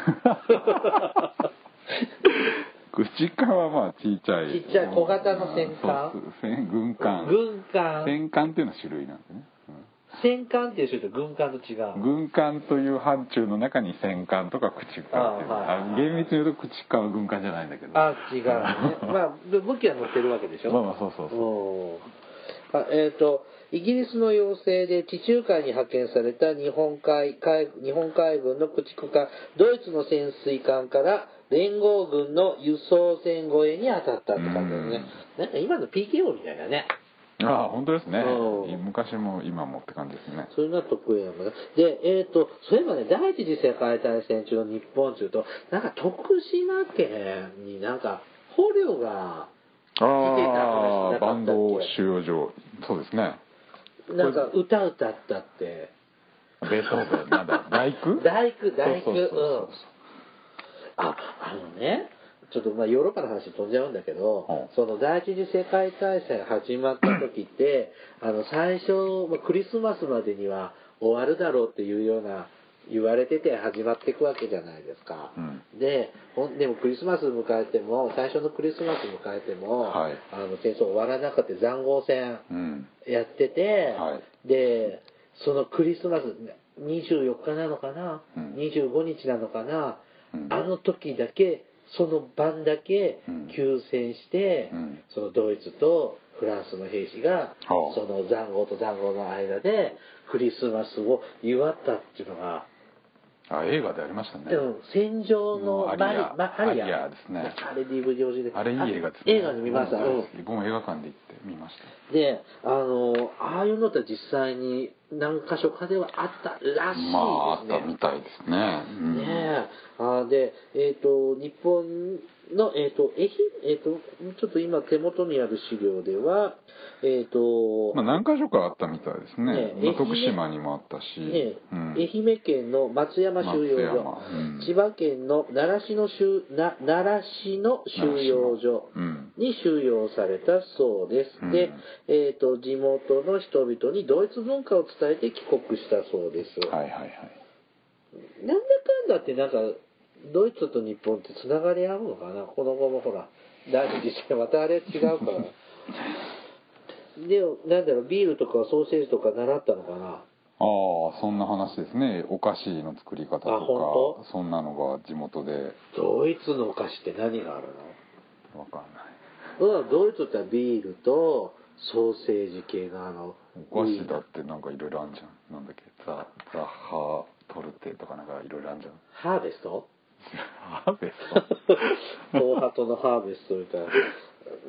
[SPEAKER 1] あ
[SPEAKER 2] ますね駆逐艦はまあちっちゃい
[SPEAKER 1] ちっちゃい小型の戦艦
[SPEAKER 2] そうそう戦軍艦
[SPEAKER 1] 軍艦
[SPEAKER 2] 戦艦っていうのは種類なんでね、
[SPEAKER 1] 戦艦っていう種類と軍艦と違
[SPEAKER 2] う
[SPEAKER 1] うん
[SPEAKER 2] 軍艦という範疇の中に戦艦とか駆逐艦っていうのがある
[SPEAKER 1] あーはい
[SPEAKER 2] 厳密に言うと駆逐艦は軍艦じゃないんだけど
[SPEAKER 1] あ違 うねまあで武器は乗ってるわけでしょ
[SPEAKER 2] まあまあそうそうそう
[SPEAKER 1] うんあえっ、と、イギリスの要請で地中海に派遣された日本海海日本海軍の駆逐艦、ドイツの潜水艦から連合軍の輸送船越えに当たったって感じだね。なんか今の PKO みたいなね。
[SPEAKER 2] ああ本当ですね
[SPEAKER 1] うん
[SPEAKER 2] 昔も今もって感じですね
[SPEAKER 1] そういうのは得意なのね。で、えっ、と、そういえばね、第一次世界大戦中の日本中と、なんか徳島県になんか捕虜が、
[SPEAKER 2] ああ
[SPEAKER 1] な
[SPEAKER 2] バ
[SPEAKER 1] ん
[SPEAKER 2] ン
[SPEAKER 1] か
[SPEAKER 2] ド収容所そうですね
[SPEAKER 1] なんか歌歌ったって。
[SPEAKER 2] ベートーベンな んだ大工
[SPEAKER 1] 大工大工
[SPEAKER 2] そうそうそうそう
[SPEAKER 1] ああのねちょっとまあヨーロッパの話飛んじゃうんだけど、
[SPEAKER 2] うん
[SPEAKER 1] その第一次世界大戦始まった時 ってあの最初、まあクリスマスまでには終わるだろうっていうような言われてて始まっていくわけじゃないですか、
[SPEAKER 2] うん
[SPEAKER 1] でほんでもクリスマス迎えても最初のクリスマス迎えても、
[SPEAKER 2] はい
[SPEAKER 1] あの戦争終わらなくて塹壕戦
[SPEAKER 2] うん
[SPEAKER 1] やってて、
[SPEAKER 2] は
[SPEAKER 1] でそのクリスマス24日なのかな、
[SPEAKER 2] うん
[SPEAKER 1] 25日なのかな、
[SPEAKER 2] うん
[SPEAKER 1] あの時だけその晩だけ
[SPEAKER 2] うん
[SPEAKER 1] 休戦して、
[SPEAKER 2] うん
[SPEAKER 1] そのドイツとフランスの兵士が、
[SPEAKER 2] はあ
[SPEAKER 1] その塹壕と塹壕の間でクリスマスを祝ったっていうのが、
[SPEAKER 2] あ映画でありましたね
[SPEAKER 1] うん戦場の
[SPEAKER 2] う
[SPEAKER 1] マ
[SPEAKER 2] ん
[SPEAKER 1] リ
[SPEAKER 2] アリア
[SPEAKER 1] マアリア
[SPEAKER 2] アリアですね
[SPEAKER 1] あれ DVD 欲しいで
[SPEAKER 2] あれいい映画ですね
[SPEAKER 1] 映画に見ました、うん
[SPEAKER 2] 僕も映画館で行って見ました
[SPEAKER 1] であのああいうのって実際に何箇所かではあったらしいですね。
[SPEAKER 2] まああったみたいですね、うん
[SPEAKER 1] ねえあで、えー、と日本の、えーとえひえー、とちょっと今手元にある資料では、えーと
[SPEAKER 2] まあ、何箇所かあったみたいですね
[SPEAKER 1] ねえ
[SPEAKER 2] まあ
[SPEAKER 1] 愛媛
[SPEAKER 2] 徳島にもあったし、
[SPEAKER 1] ね
[SPEAKER 2] うん
[SPEAKER 1] 愛媛県の松山収容所
[SPEAKER 2] 松山うん
[SPEAKER 1] 千葉県の習志野収な習志野収容所
[SPEAKER 2] うん
[SPEAKER 1] に収容されたそうです、
[SPEAKER 2] うん
[SPEAKER 1] で、えー、と地元の人々にドイツ文化を伝えて帰国したそうです、
[SPEAKER 2] はいはいはい
[SPEAKER 1] なんだかんだってなんかドイツと日本ってつながり合うのかなこの後もほら第二次世界またあれ違うから でもなんだろうビールとかソーセージとか習ったのかな
[SPEAKER 2] ああそんな話ですねお菓子の作り方
[SPEAKER 1] あ
[SPEAKER 2] と
[SPEAKER 1] 本
[SPEAKER 2] かそんなのが地元で
[SPEAKER 1] ドイツのお菓子って何がある
[SPEAKER 2] わかんない
[SPEAKER 1] のうんドイツってビールとソーセージ系があの
[SPEAKER 2] お菓子だってなんかいろいろあんじゃんなんだっけザ・ザッハートルテとかなんかいろいろあんじゃん
[SPEAKER 1] ハーベスト
[SPEAKER 2] ハーベスト
[SPEAKER 1] 東ハトのハーベストみたいな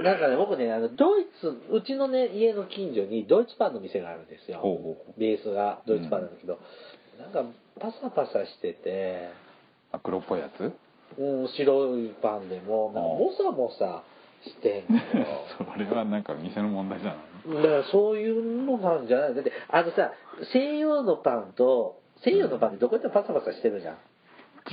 [SPEAKER 1] なんかね僕ねあのドイツうちのね家の近所にドイツパンの店があるんですよ
[SPEAKER 2] ほうほうほう
[SPEAKER 1] ベースがドイツパンなんだけど、なんかパサパサしてて、
[SPEAKER 2] あ黒っぽいやつ
[SPEAKER 1] うん、白いパンでもなんかもさもさしてんのよ
[SPEAKER 2] それはなんか店の問題じゃな
[SPEAKER 1] だ
[SPEAKER 2] い
[SPEAKER 1] からそういうのなんじゃないだってあのさ西洋のパンと西洋のパンってどこ行ってもパサパサしてるじゃん、
[SPEAKER 2] い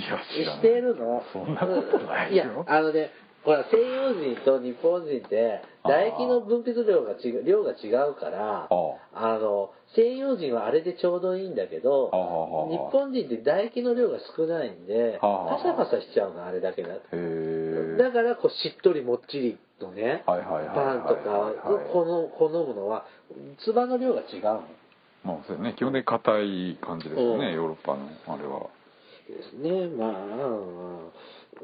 [SPEAKER 2] や知らない
[SPEAKER 1] してるの
[SPEAKER 2] そんなことない
[SPEAKER 1] いや
[SPEAKER 2] よ
[SPEAKER 1] あのねほら西洋人と日本人って唾液の分泌量が違う量が違うから
[SPEAKER 2] あー
[SPEAKER 1] あの西洋人はあれでちょうどいいんだけど
[SPEAKER 2] あーはー
[SPEAKER 1] 日
[SPEAKER 2] はー
[SPEAKER 1] 本人って唾液の量が少ないんで
[SPEAKER 2] あーは
[SPEAKER 1] パ
[SPEAKER 2] ー
[SPEAKER 1] サパサしちゃうのあれだけだ
[SPEAKER 2] へえ
[SPEAKER 1] だからこうしっとりもっちりのねパ
[SPEAKER 2] は
[SPEAKER 1] ン
[SPEAKER 2] いはいはい
[SPEAKER 1] と
[SPEAKER 2] はい
[SPEAKER 1] かを好む好むのはつばの量が違うの
[SPEAKER 2] まあそうね基本的に硬い感じですよ
[SPEAKER 1] うん
[SPEAKER 2] ねヨーロッパのあれは
[SPEAKER 1] ですねまあ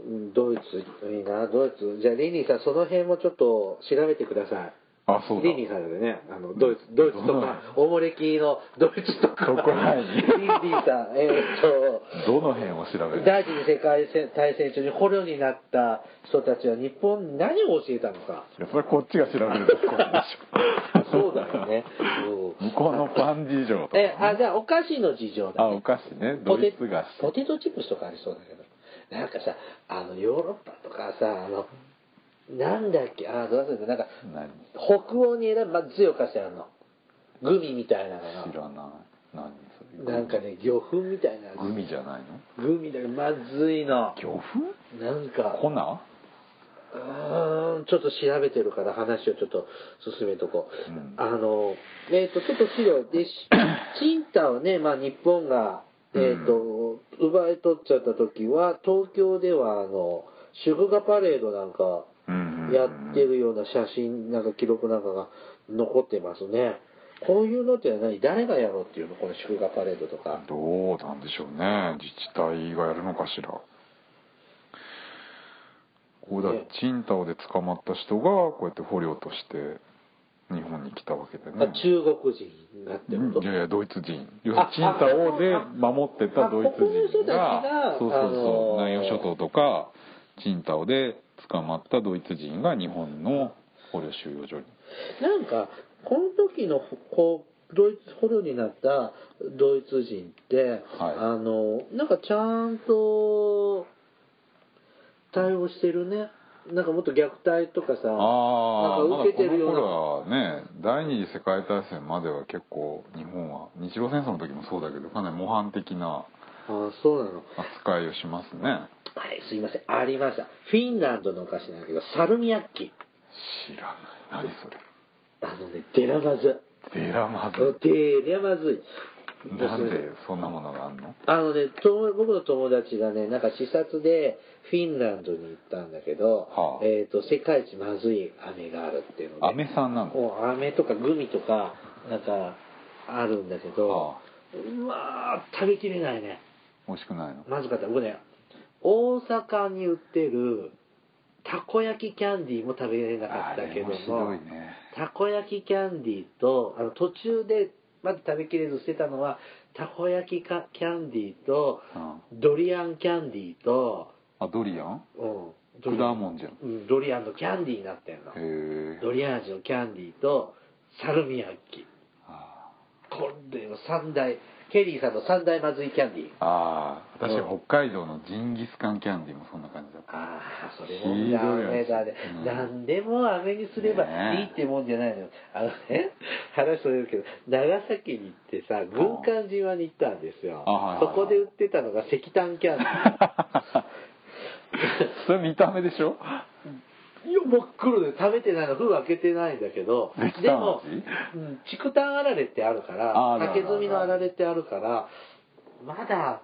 [SPEAKER 1] うんドイツいいなドイツじゃあリニーさんその辺もちょっと調べてください
[SPEAKER 2] あそうだ
[SPEAKER 1] リニーさんでねあのドイツドイツとかおもれきのドイツとか
[SPEAKER 2] どこな
[SPEAKER 1] リ
[SPEAKER 2] い
[SPEAKER 1] ニーさんえーっと
[SPEAKER 2] どの辺を調べる
[SPEAKER 1] 第一次世界大戦中に捕虜になった人たちは日本に何を教えたのか
[SPEAKER 2] いやそれはこっちが調べるところでし
[SPEAKER 1] そ
[SPEAKER 2] ょ
[SPEAKER 1] うだよねうん
[SPEAKER 2] 向こうのパン事情とか、
[SPEAKER 1] え
[SPEAKER 2] ね、
[SPEAKER 1] あじゃあお菓子の事情だ、
[SPEAKER 2] あ
[SPEAKER 1] ね
[SPEAKER 2] お、菓子ね
[SPEAKER 1] ポ
[SPEAKER 2] ド
[SPEAKER 1] テ
[SPEAKER 2] イツ菓
[SPEAKER 1] ポ
[SPEAKER 2] 子
[SPEAKER 1] テトチップスとかありそうだけどなんかさあのヨーロッパとかさあのなんだっけあどうだったっけなんか
[SPEAKER 2] 何
[SPEAKER 1] 北欧に選ばず強かしてあるのグミみたいなの
[SPEAKER 2] 知
[SPEAKER 1] が
[SPEAKER 2] らない何それ
[SPEAKER 1] なんかね魚粉みたいなや
[SPEAKER 2] グミじゃないの
[SPEAKER 1] つグミだけどまずいの
[SPEAKER 2] 魚粉
[SPEAKER 1] なんか
[SPEAKER 2] 粉あ
[SPEAKER 1] うーんちょっと調べてるから話をちょっと進めとこう、
[SPEAKER 2] うん
[SPEAKER 1] あの えっ、とちょっと資料でしチンタをね、まあ、日本がえっ、と、奪い取っちゃった時は東京ではあの祝賀パレードなんか
[SPEAKER 2] うんうん
[SPEAKER 1] やってるような写真なんか記録なんかが残ってますねこういうのって何誰がやろうっていうのこの祝賀パレードとか
[SPEAKER 2] どうなんでしょうね自治体がやるのかしらこうだ
[SPEAKER 1] ね
[SPEAKER 2] チンタオで捕まった人がこうやって捕虜として日本に来たわけでね
[SPEAKER 1] あ中国人がってこと、
[SPEAKER 2] うんいやいやドイツ人要
[SPEAKER 1] あ
[SPEAKER 2] するにチンタオで守ってたドイツ
[SPEAKER 1] あ
[SPEAKER 2] 人
[SPEAKER 1] ここの人たちが
[SPEAKER 2] がそうそうそう
[SPEAKER 1] あのー
[SPEAKER 2] 南洋諸島とかチンタオで捕まったドイツ人が日本の捕虜収容所に
[SPEAKER 1] なんかこの時のこうドイツ捕虜になったドイツ人って、
[SPEAKER 2] はい
[SPEAKER 1] あのなんかちゃんと対応してるねなんかもっと虐待とかさ
[SPEAKER 2] ああ
[SPEAKER 1] なんか受けてるような
[SPEAKER 2] まだこの頃はね第二次世界大戦までは結構日本は日露戦争の時もそうだけどかなり模範的な
[SPEAKER 1] あそうなの
[SPEAKER 2] 扱いをしますね
[SPEAKER 1] はいすいませんありましたフィンランドのお菓子なんだけどサルミアッキ
[SPEAKER 2] 知らない何それ
[SPEAKER 1] あのねデラマズ
[SPEAKER 2] デラマズ
[SPEAKER 1] デラマズい
[SPEAKER 2] なんでそんなものがあんの
[SPEAKER 1] あのね、と僕の友達がね、なんか視察でフィンランドに行ったんだけど、
[SPEAKER 2] はあ
[SPEAKER 1] えっ、と、世界一まずい飴があるっていうので、
[SPEAKER 2] アメさんなの
[SPEAKER 1] もう飴とかグミとか、なんか、あるんだけど、
[SPEAKER 2] はあ
[SPEAKER 1] うわー、食べきれないね。
[SPEAKER 2] 美味しくないの
[SPEAKER 1] まずかった。僕ね、大阪に売ってる、たこ焼きキャンディーも食べれなか
[SPEAKER 2] あ
[SPEAKER 1] ったけ
[SPEAKER 2] れ
[SPEAKER 1] ども、
[SPEAKER 2] もひどいね
[SPEAKER 1] たこ焼きキャンディーとあの途中でまだ食べきれず捨てたのはたこ焼きかキャンディーと、
[SPEAKER 2] う
[SPEAKER 1] ドリアンキャンディーと、
[SPEAKER 2] あドリアン
[SPEAKER 1] うん、ドリア
[SPEAKER 2] 果
[SPEAKER 1] ン
[SPEAKER 2] 物じゃんへ
[SPEAKER 1] うんドリアンのキャンディーになってんの
[SPEAKER 2] え
[SPEAKER 1] ドリアン味のキャンディーとサルミアッキ
[SPEAKER 2] あ
[SPEAKER 1] これの三大ケリーさんの三大まずいキャンディー
[SPEAKER 2] あー私
[SPEAKER 1] うん
[SPEAKER 2] 北海道のジンギスカンキャンディーもそんな感じだった
[SPEAKER 1] ああそれ
[SPEAKER 2] ひど
[SPEAKER 1] も
[SPEAKER 2] い
[SPEAKER 1] ダメだね、
[SPEAKER 2] うん
[SPEAKER 1] 何でも飴にすればいいってもんじゃないのよあのね 話それるけど長崎に行ってさ軍艦島に行ったんですよ
[SPEAKER 2] あはいはい
[SPEAKER 1] そ
[SPEAKER 2] はい
[SPEAKER 1] こで売ってたのが石炭キャンデ ィー
[SPEAKER 2] それ見た目でしょ
[SPEAKER 1] いや真っ黒で食べてないの封開けてないんだけど
[SPEAKER 2] 石炭味
[SPEAKER 1] でも、うん、竹炭あられってあるから
[SPEAKER 2] あるあるある
[SPEAKER 1] 竹炭のあられってあるからまだ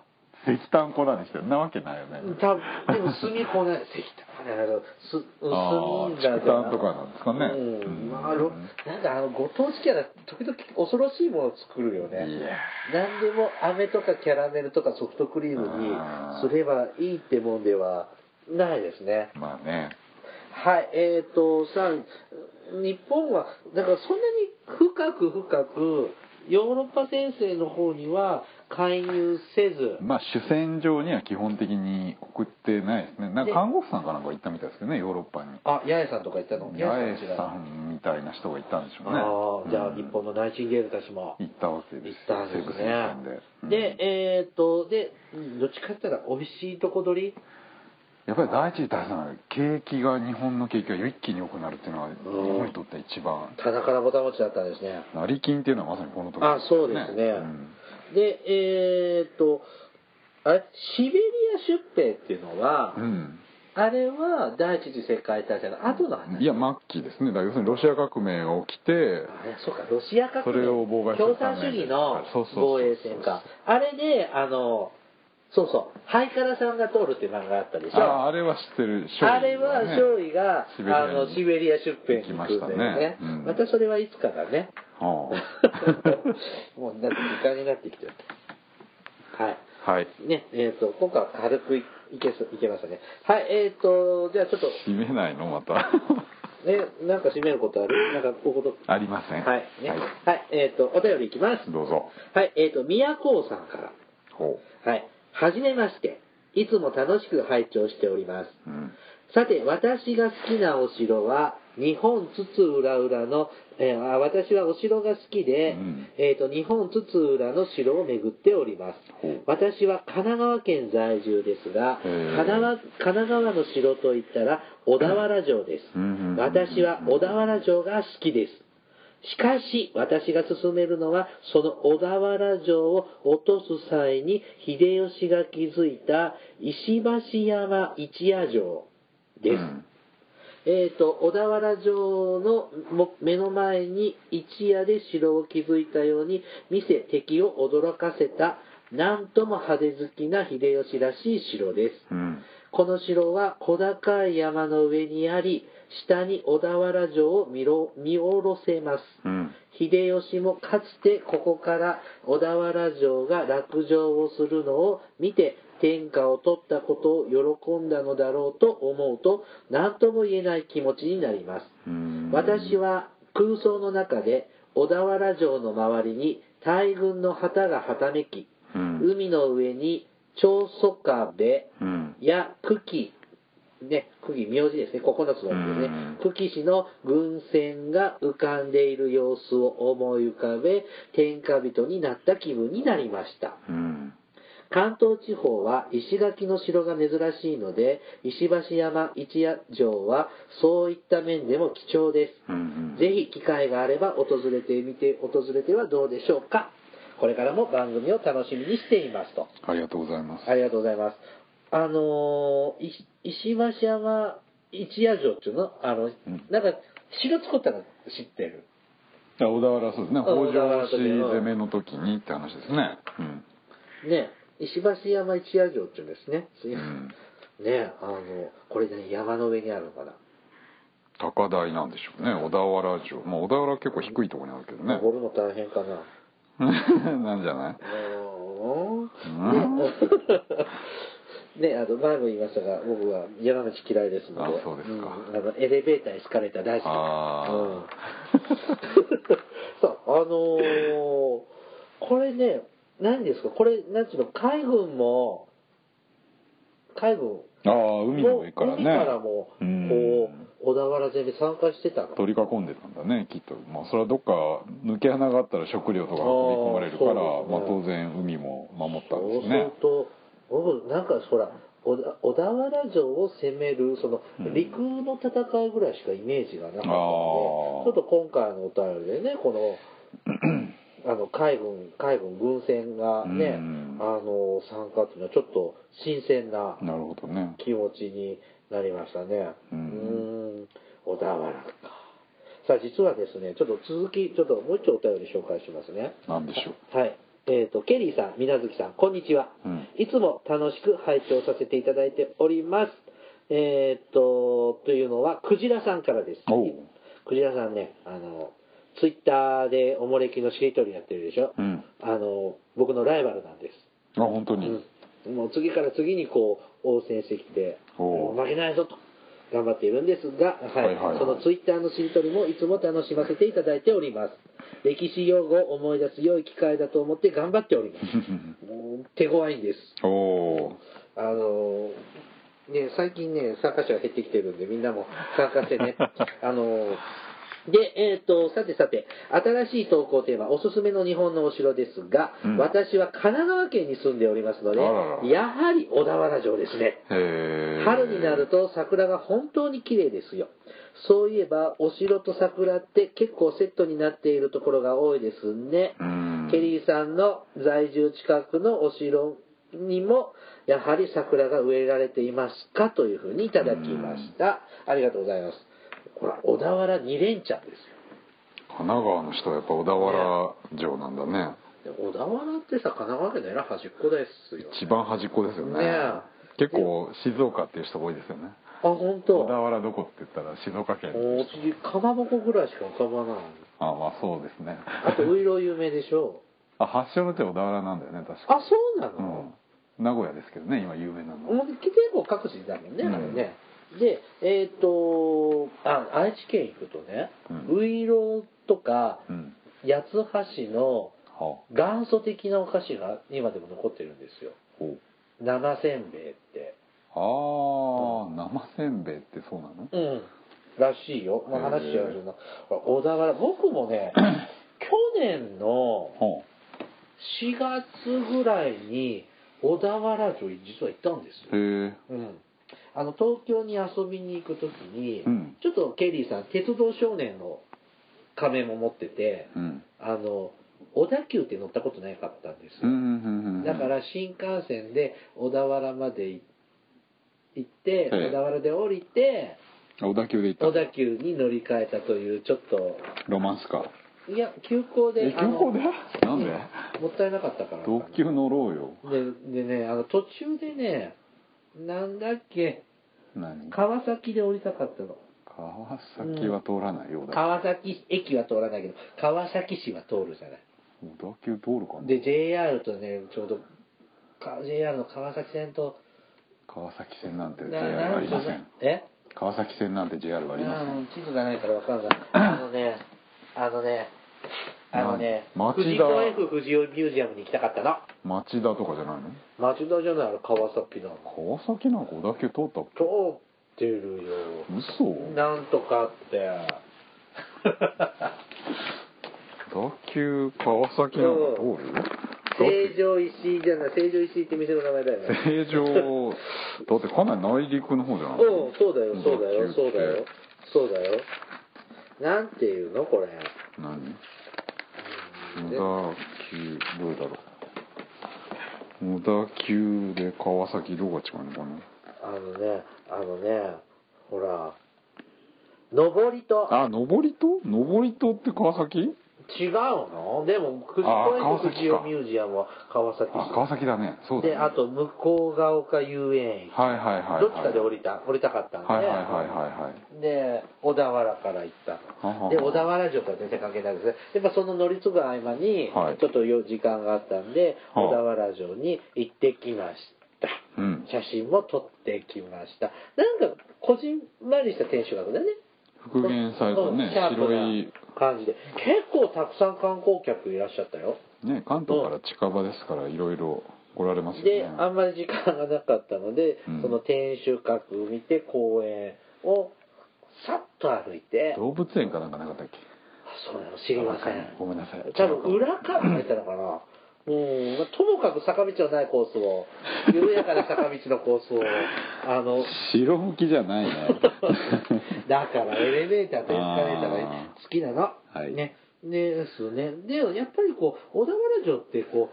[SPEAKER 2] 石炭粉なんですよんなわけないよね
[SPEAKER 1] たでも炭こね石炭だからす
[SPEAKER 2] あ
[SPEAKER 1] 炭
[SPEAKER 2] ー
[SPEAKER 1] だ
[SPEAKER 2] 竹炭とかなんですかね
[SPEAKER 1] うん、まあ
[SPEAKER 2] うん
[SPEAKER 1] ろなんかあのご当地キャラ時々恐ろしいものを作るよ
[SPEAKER 2] いや
[SPEAKER 1] ね何でも飴とかキャラメルとかソフトクリームに
[SPEAKER 2] あー
[SPEAKER 1] すればいいってもんではないですね
[SPEAKER 2] まあね
[SPEAKER 1] はいえー、とさ日本はだからそんなに深く深くヨーロッパ先生の方には介入せず
[SPEAKER 2] まあ主戦場には基本的に送ってないですねなん
[SPEAKER 1] で
[SPEAKER 2] か看護婦さんかなんか行ったみたいですけどねヨーロッパに
[SPEAKER 1] あ八重さんとか言ったの
[SPEAKER 2] 八重
[SPEAKER 1] 違う
[SPEAKER 2] さんみたいな人がいたんでしょうね
[SPEAKER 1] ああ、じゃ
[SPEAKER 2] う
[SPEAKER 1] あ
[SPEAKER 2] ん
[SPEAKER 1] 日本のナイチンゲールたちも
[SPEAKER 2] 行ったわけ
[SPEAKER 1] 行
[SPEAKER 2] で
[SPEAKER 1] っ
[SPEAKER 2] す
[SPEAKER 1] たんです
[SPEAKER 2] 西武
[SPEAKER 1] ね
[SPEAKER 2] 線で。うん
[SPEAKER 1] で、えっ、と、で、どっちかって言ったら美味しいとこ取り
[SPEAKER 2] やっぱり第一次大戦景気が日本の景気が一気に良くなるっていうのは日本にとって一番
[SPEAKER 1] 棚からぼたもちだったんですね。
[SPEAKER 2] 成金っていうのはまさにこの時
[SPEAKER 1] あそうですね
[SPEAKER 2] うん
[SPEAKER 1] で、えっ、と、あれ、シベリア出兵っていうのは、
[SPEAKER 2] うん
[SPEAKER 1] あれは第一次世界大戦の後の話。
[SPEAKER 2] いや末期ですねだから要するにロシア革命が起きて
[SPEAKER 1] あれそうか、ロシア革命。
[SPEAKER 2] それを妨害する
[SPEAKER 1] 共
[SPEAKER 2] ため
[SPEAKER 1] 産
[SPEAKER 2] に
[SPEAKER 1] 主義の
[SPEAKER 2] そうそうそう
[SPEAKER 1] 防衛戦か。あれで、あの、そうそう、ハイカラさんが通るって漫画あったでしょ。
[SPEAKER 2] ああれは知ってる勝利
[SPEAKER 1] あれは勝利が、
[SPEAKER 2] シベリア
[SPEAKER 1] あ
[SPEAKER 2] に
[SPEAKER 1] のシベリア出兵に行くんだよね
[SPEAKER 2] 行きましたねうん
[SPEAKER 1] またそれはいつかだ ね
[SPEAKER 2] は
[SPEAKER 1] もうだって時間になってきちゃったはい
[SPEAKER 2] あはい
[SPEAKER 1] ねえー、と今回は軽くいいけそういけましたねはいえー、とじゃあちょっと
[SPEAKER 2] 閉めないのまた
[SPEAKER 1] ねなんか締めることあるなんかここと
[SPEAKER 2] ありません
[SPEAKER 1] はいねはい、えー、とお便りいきます
[SPEAKER 2] どうぞ
[SPEAKER 1] はいえー、と宮高さんから
[SPEAKER 2] ほ
[SPEAKER 1] はいはじめましていつも楽しく拝聴しております
[SPEAKER 2] う、うん、
[SPEAKER 1] さて、私が好きなお城は、日本津々浦々の、えーあ私はお城が好きで、
[SPEAKER 2] うん
[SPEAKER 1] えーと、日本津々浦の城を巡っております
[SPEAKER 2] ほう。
[SPEAKER 1] 私は神奈川県在住ですが、
[SPEAKER 2] へー
[SPEAKER 1] 神奈川神奈川の城といったら小田原城です。
[SPEAKER 2] うんうんうん
[SPEAKER 1] 私は小田原城が好きです。しかし、私が勧めるのは、その小田原城を落とす際に、秀吉が築いた石橋山一夜城です。
[SPEAKER 2] うん
[SPEAKER 1] えっ、と、小田原城のも目の前に一夜で城を築いたように見せ敵を驚かせたなんとも派手好きな秀吉らしい城です。
[SPEAKER 2] うん
[SPEAKER 1] この城は小高い山の上にあり、下に小田原城を見ろ見下ろせます。
[SPEAKER 2] うん
[SPEAKER 1] 秀吉もかつてここから小田原城が落城をするのを見て天下を取ったことを喜んだのだろうと思うと何とも言えない気持ちになります。
[SPEAKER 2] うん
[SPEAKER 1] 私は空想の中で小田原城の周りに大軍の旗がはためき、
[SPEAKER 2] うん
[SPEAKER 1] 海の上に長宗我部、
[SPEAKER 2] うん
[SPEAKER 1] や茎、ね、茎、名字ですね、9つの字ですね
[SPEAKER 2] うん。
[SPEAKER 1] 茎氏の軍船が浮かんでいる様子を思い浮かべ、天下人になった気分になりました。
[SPEAKER 2] うん
[SPEAKER 1] 関東地方は石垣の城が珍しいので、石橋山一夜城はそういった面でも貴重です。
[SPEAKER 2] うん
[SPEAKER 1] ぜひ機会があれば訪れてみて、訪れてはどうでしょうか。これからも番組を楽しみにしていますと。
[SPEAKER 2] ありがとうございます
[SPEAKER 1] ありがとうございます。あのー、い石橋山一夜城っていうのあの、
[SPEAKER 2] ん
[SPEAKER 1] なんか、城作ったの知ってる。
[SPEAKER 2] じゃあ小田原そうですね
[SPEAKER 1] うん
[SPEAKER 2] 北
[SPEAKER 1] 小田原
[SPEAKER 2] 条
[SPEAKER 1] の時
[SPEAKER 2] 氏
[SPEAKER 1] の
[SPEAKER 2] 攻めの時にって話ですねうん
[SPEAKER 1] ね、石橋山一夜城っていうんです ね。すいませ
[SPEAKER 2] うん
[SPEAKER 1] ん。ね、あの、これね、山の上にあるのかな。
[SPEAKER 2] 高台なんでしょうね小田原城まあ小田原は結構低いところにあるけどね
[SPEAKER 1] 登るの大変かな。
[SPEAKER 2] なんじゃないううん
[SPEAKER 1] ー ん。ね、あの前も言いましたが僕は山道嫌いですので
[SPEAKER 2] あそうですか
[SPEAKER 1] んあのエレベーターエスカレーター大好き
[SPEAKER 2] あー
[SPEAKER 1] うん、 そうあのーこれね何ですかこれなんていうの海軍も海軍も
[SPEAKER 2] ああ海の上からね
[SPEAKER 1] 海からもこ
[SPEAKER 2] うん
[SPEAKER 1] う小田原攻め参加してたの
[SPEAKER 2] 取り囲んでたんだねきっとまあそれはどっか抜け穴があったら食料とか運び込まれるから
[SPEAKER 1] あー
[SPEAKER 2] まあ、
[SPEAKER 1] そうです
[SPEAKER 2] 当然海も守ったん
[SPEAKER 1] そう
[SPEAKER 2] ですすね
[SPEAKER 1] ると、僕、なんかほら、小田小田原城を攻める、その
[SPEAKER 2] うん
[SPEAKER 1] 陸の戦いぐらいしかイメージがなかったので、
[SPEAKER 2] あー
[SPEAKER 1] ちょっと今回のお便りでね、この、あの海軍、海軍軍船がね、
[SPEAKER 2] うん
[SPEAKER 1] あの、参加っていうのはちょっと新鮮な
[SPEAKER 2] なるほどね
[SPEAKER 1] 気持ちになりましたね。
[SPEAKER 2] う
[SPEAKER 1] うんーん、小田原か。さあ、実はですね、ちょっと続き、ちょっともう一丁お便り紹介しますね。
[SPEAKER 2] なんでしょう
[SPEAKER 1] はい。えっ、と、ケリーさん、みなずきさん、こんにちは。
[SPEAKER 2] うん
[SPEAKER 1] いつも楽しく拝聴させていただいております。えっ、と、というのは、クジラさんからです。
[SPEAKER 2] おう
[SPEAKER 1] クジラさんね、あの、ツイッターでおもれきのしりとりやってるでしょ。
[SPEAKER 2] うん
[SPEAKER 1] あの、僕のライバルなんです。
[SPEAKER 2] あ本当に、
[SPEAKER 1] うん、もう次から次にこう応戦してきて
[SPEAKER 2] お
[SPEAKER 1] も
[SPEAKER 2] う
[SPEAKER 1] う負けないぞと頑張っているんですが、はい
[SPEAKER 2] はいはいはい
[SPEAKER 1] そのツイッターのしりとりもいつも楽しませていただいております歴史用語を思い出す良い機会だと思って頑張っておりますもう手強いんです
[SPEAKER 2] お お
[SPEAKER 1] あのーね、最近ね、参加者が減ってきてるんで、みんなも参加して ね。あのーで、えっ、と、さてさて、新しい投稿テーマ、おすすめの日本のお城ですが、
[SPEAKER 2] うん
[SPEAKER 1] 私は神奈川県に住んでおりますので、
[SPEAKER 2] あらら
[SPEAKER 1] やはり小田原城ですね。
[SPEAKER 2] へえ
[SPEAKER 1] 春になると桜が本当に綺麗ですよ。そういえば、お城と桜って結構セットになっているところが多いですね。
[SPEAKER 2] うん
[SPEAKER 1] ケリーさんの在住近くのお城にも、やはり桜が植えられていますかというふうにいただきました。ありがとうございます。ほら、小田原二連チャンです
[SPEAKER 2] 神奈川の人はやっぱ小田原城なんだね
[SPEAKER 1] よ。で小田原ってさ、神奈川県のえら端っこですよ。
[SPEAKER 2] 一番端っこですよ
[SPEAKER 1] ね
[SPEAKER 2] ね
[SPEAKER 1] え
[SPEAKER 2] 結構静岡っていう人多いですよね
[SPEAKER 1] あ、本
[SPEAKER 2] 小
[SPEAKER 1] 当。
[SPEAKER 2] 田原どこって言ったら静岡県
[SPEAKER 1] お次、かまぼこぐらいしか浮かばない。
[SPEAKER 2] あまあそうですね
[SPEAKER 1] あと、ういろ有名でしょ
[SPEAKER 2] あ発祥の地は小田原なんだよね確か
[SPEAKER 1] あ、そうな
[SPEAKER 2] う
[SPEAKER 1] の、
[SPEAKER 2] ん名古屋ですけどね今有名なの
[SPEAKER 1] もう結構各地だもんね、
[SPEAKER 2] うん
[SPEAKER 1] あれね。で、えっ、とあ、愛知県行くとね
[SPEAKER 2] うん、
[SPEAKER 1] ういろとか、
[SPEAKER 2] うん
[SPEAKER 1] 八つ橋の
[SPEAKER 2] は
[SPEAKER 1] 元祖的なお菓子が今でも残ってるんですよ
[SPEAKER 2] ほう
[SPEAKER 1] 生せんべいって
[SPEAKER 2] ああ生せんべいってそうなの
[SPEAKER 1] うんらしいよ、まあ、
[SPEAKER 2] へー
[SPEAKER 1] 話しちゃうけど小田原僕も ね去年の
[SPEAKER 2] ほ
[SPEAKER 1] 4月ぐらいに小田原城に実は行ったんです
[SPEAKER 2] う
[SPEAKER 1] よ、
[SPEAKER 2] へ
[SPEAKER 1] う
[SPEAKER 2] え
[SPEAKER 1] ん、あの東京に遊びに行く時に、
[SPEAKER 2] うん
[SPEAKER 1] ちょっとケリーさん鉄道少年の仮面も持ってて
[SPEAKER 2] うん
[SPEAKER 1] あの小田急って乗ったことなかったんですよ、
[SPEAKER 2] うんうんうんうん
[SPEAKER 1] だから新幹線で小田原まで行行って、
[SPEAKER 2] ええ
[SPEAKER 1] 小田原で降りて、
[SPEAKER 2] 小田急で行った
[SPEAKER 1] 小田急に乗り換えたという、ちょっと、
[SPEAKER 2] ロマンスカー
[SPEAKER 1] いや、急行で、
[SPEAKER 2] え急行で
[SPEAKER 1] あの
[SPEAKER 2] なんで
[SPEAKER 1] もったいなかったから
[SPEAKER 2] 同級乗ろうよ
[SPEAKER 1] ででねあの途中でねなんだっけ
[SPEAKER 2] 何
[SPEAKER 1] 川崎で降りたかったの
[SPEAKER 2] 川崎は通らないようだ、
[SPEAKER 1] 川崎駅は通らないけど川崎市は通るじゃない
[SPEAKER 2] 小田急通るかな
[SPEAKER 1] で JR とねちょうどか JR の川崎線と
[SPEAKER 2] 川崎線なんて
[SPEAKER 1] な
[SPEAKER 2] JR ありません
[SPEAKER 1] え
[SPEAKER 2] 川崎線なんて JR はありません
[SPEAKER 1] うん地図がないからわかんないあのねあのねあのね
[SPEAKER 2] 何
[SPEAKER 1] 藤
[SPEAKER 2] 町
[SPEAKER 1] 子
[SPEAKER 2] 田
[SPEAKER 1] F 不二雄ミュージアムに行きたかったの
[SPEAKER 2] 町田とかじゃないの
[SPEAKER 1] 町田じゃないあれ川崎なの
[SPEAKER 2] 川崎なんか小田急通ったっけ
[SPEAKER 1] 通ってるよ
[SPEAKER 2] 嘘
[SPEAKER 1] なんとかって
[SPEAKER 2] 小田急川崎なんか通
[SPEAKER 1] 成
[SPEAKER 2] る
[SPEAKER 1] 城石井じゃない成城石井って店の名前だよね
[SPEAKER 2] だって正常だってかなり内陸の方じゃない
[SPEAKER 1] うん、そうだよ、そうだよ、
[SPEAKER 2] うん
[SPEAKER 1] そうだよ、そうだよ。なんていうの、これ。
[SPEAKER 2] 何
[SPEAKER 1] で
[SPEAKER 2] 小田急どれだろう小田急で川崎どこが違うのかな
[SPEAKER 1] あのね、あのね、ほら。上りと。
[SPEAKER 2] あ上りと上りとって川崎
[SPEAKER 1] 違うの、でも、藤
[SPEAKER 2] あ
[SPEAKER 1] 子
[SPEAKER 2] ー川
[SPEAKER 1] F
[SPEAKER 2] 崎
[SPEAKER 1] 不
[SPEAKER 2] か
[SPEAKER 1] 二雄ミュージアムは川崎市。
[SPEAKER 2] あ川崎だねそうだね
[SPEAKER 1] で、あと、向こうが丘遊園駅。
[SPEAKER 2] はいはいはいはい
[SPEAKER 1] どっちかで降りた、降りたかったんで。
[SPEAKER 2] はいはいはいはいはい
[SPEAKER 1] で、小田原から行った
[SPEAKER 2] はは
[SPEAKER 1] の。で、小田原城から全然関係ないですね。やっぱその乗り継ぐ合間に
[SPEAKER 2] はい、
[SPEAKER 1] ちょっとよ時間があったんで、
[SPEAKER 2] はあ
[SPEAKER 1] 小田原城に行ってきました。
[SPEAKER 2] うん
[SPEAKER 1] 写真も撮ってきました。なんか、こじんまりした天守閣だね。
[SPEAKER 2] 復元された
[SPEAKER 1] うん
[SPEAKER 2] ね
[SPEAKER 1] シャープ
[SPEAKER 2] 白
[SPEAKER 1] ない感じで。結構たくさん観光客いらっしゃったよ。
[SPEAKER 2] ね関東から近場ですからいろいろ来られますよ
[SPEAKER 1] で、
[SPEAKER 2] ね
[SPEAKER 1] あんまり時間がなかったので、
[SPEAKER 2] うん
[SPEAKER 1] その天守閣を見て公園をさっと歩いて、
[SPEAKER 2] 動物園かなんかなかったっけ
[SPEAKER 1] あそうなの知りません。
[SPEAKER 2] ごめんなさい
[SPEAKER 1] 多分裏から入ったのかな。うん、まあともかく坂道のないコースを、緩やかな坂道のコースを、あの、
[SPEAKER 2] 白向きじゃないね
[SPEAKER 1] だからエレベーターとエスカレーターが
[SPEAKER 2] あー
[SPEAKER 1] 好きなの。
[SPEAKER 2] はい
[SPEAKER 1] ね。ですね。で、やっぱりこう、小田原城ってこ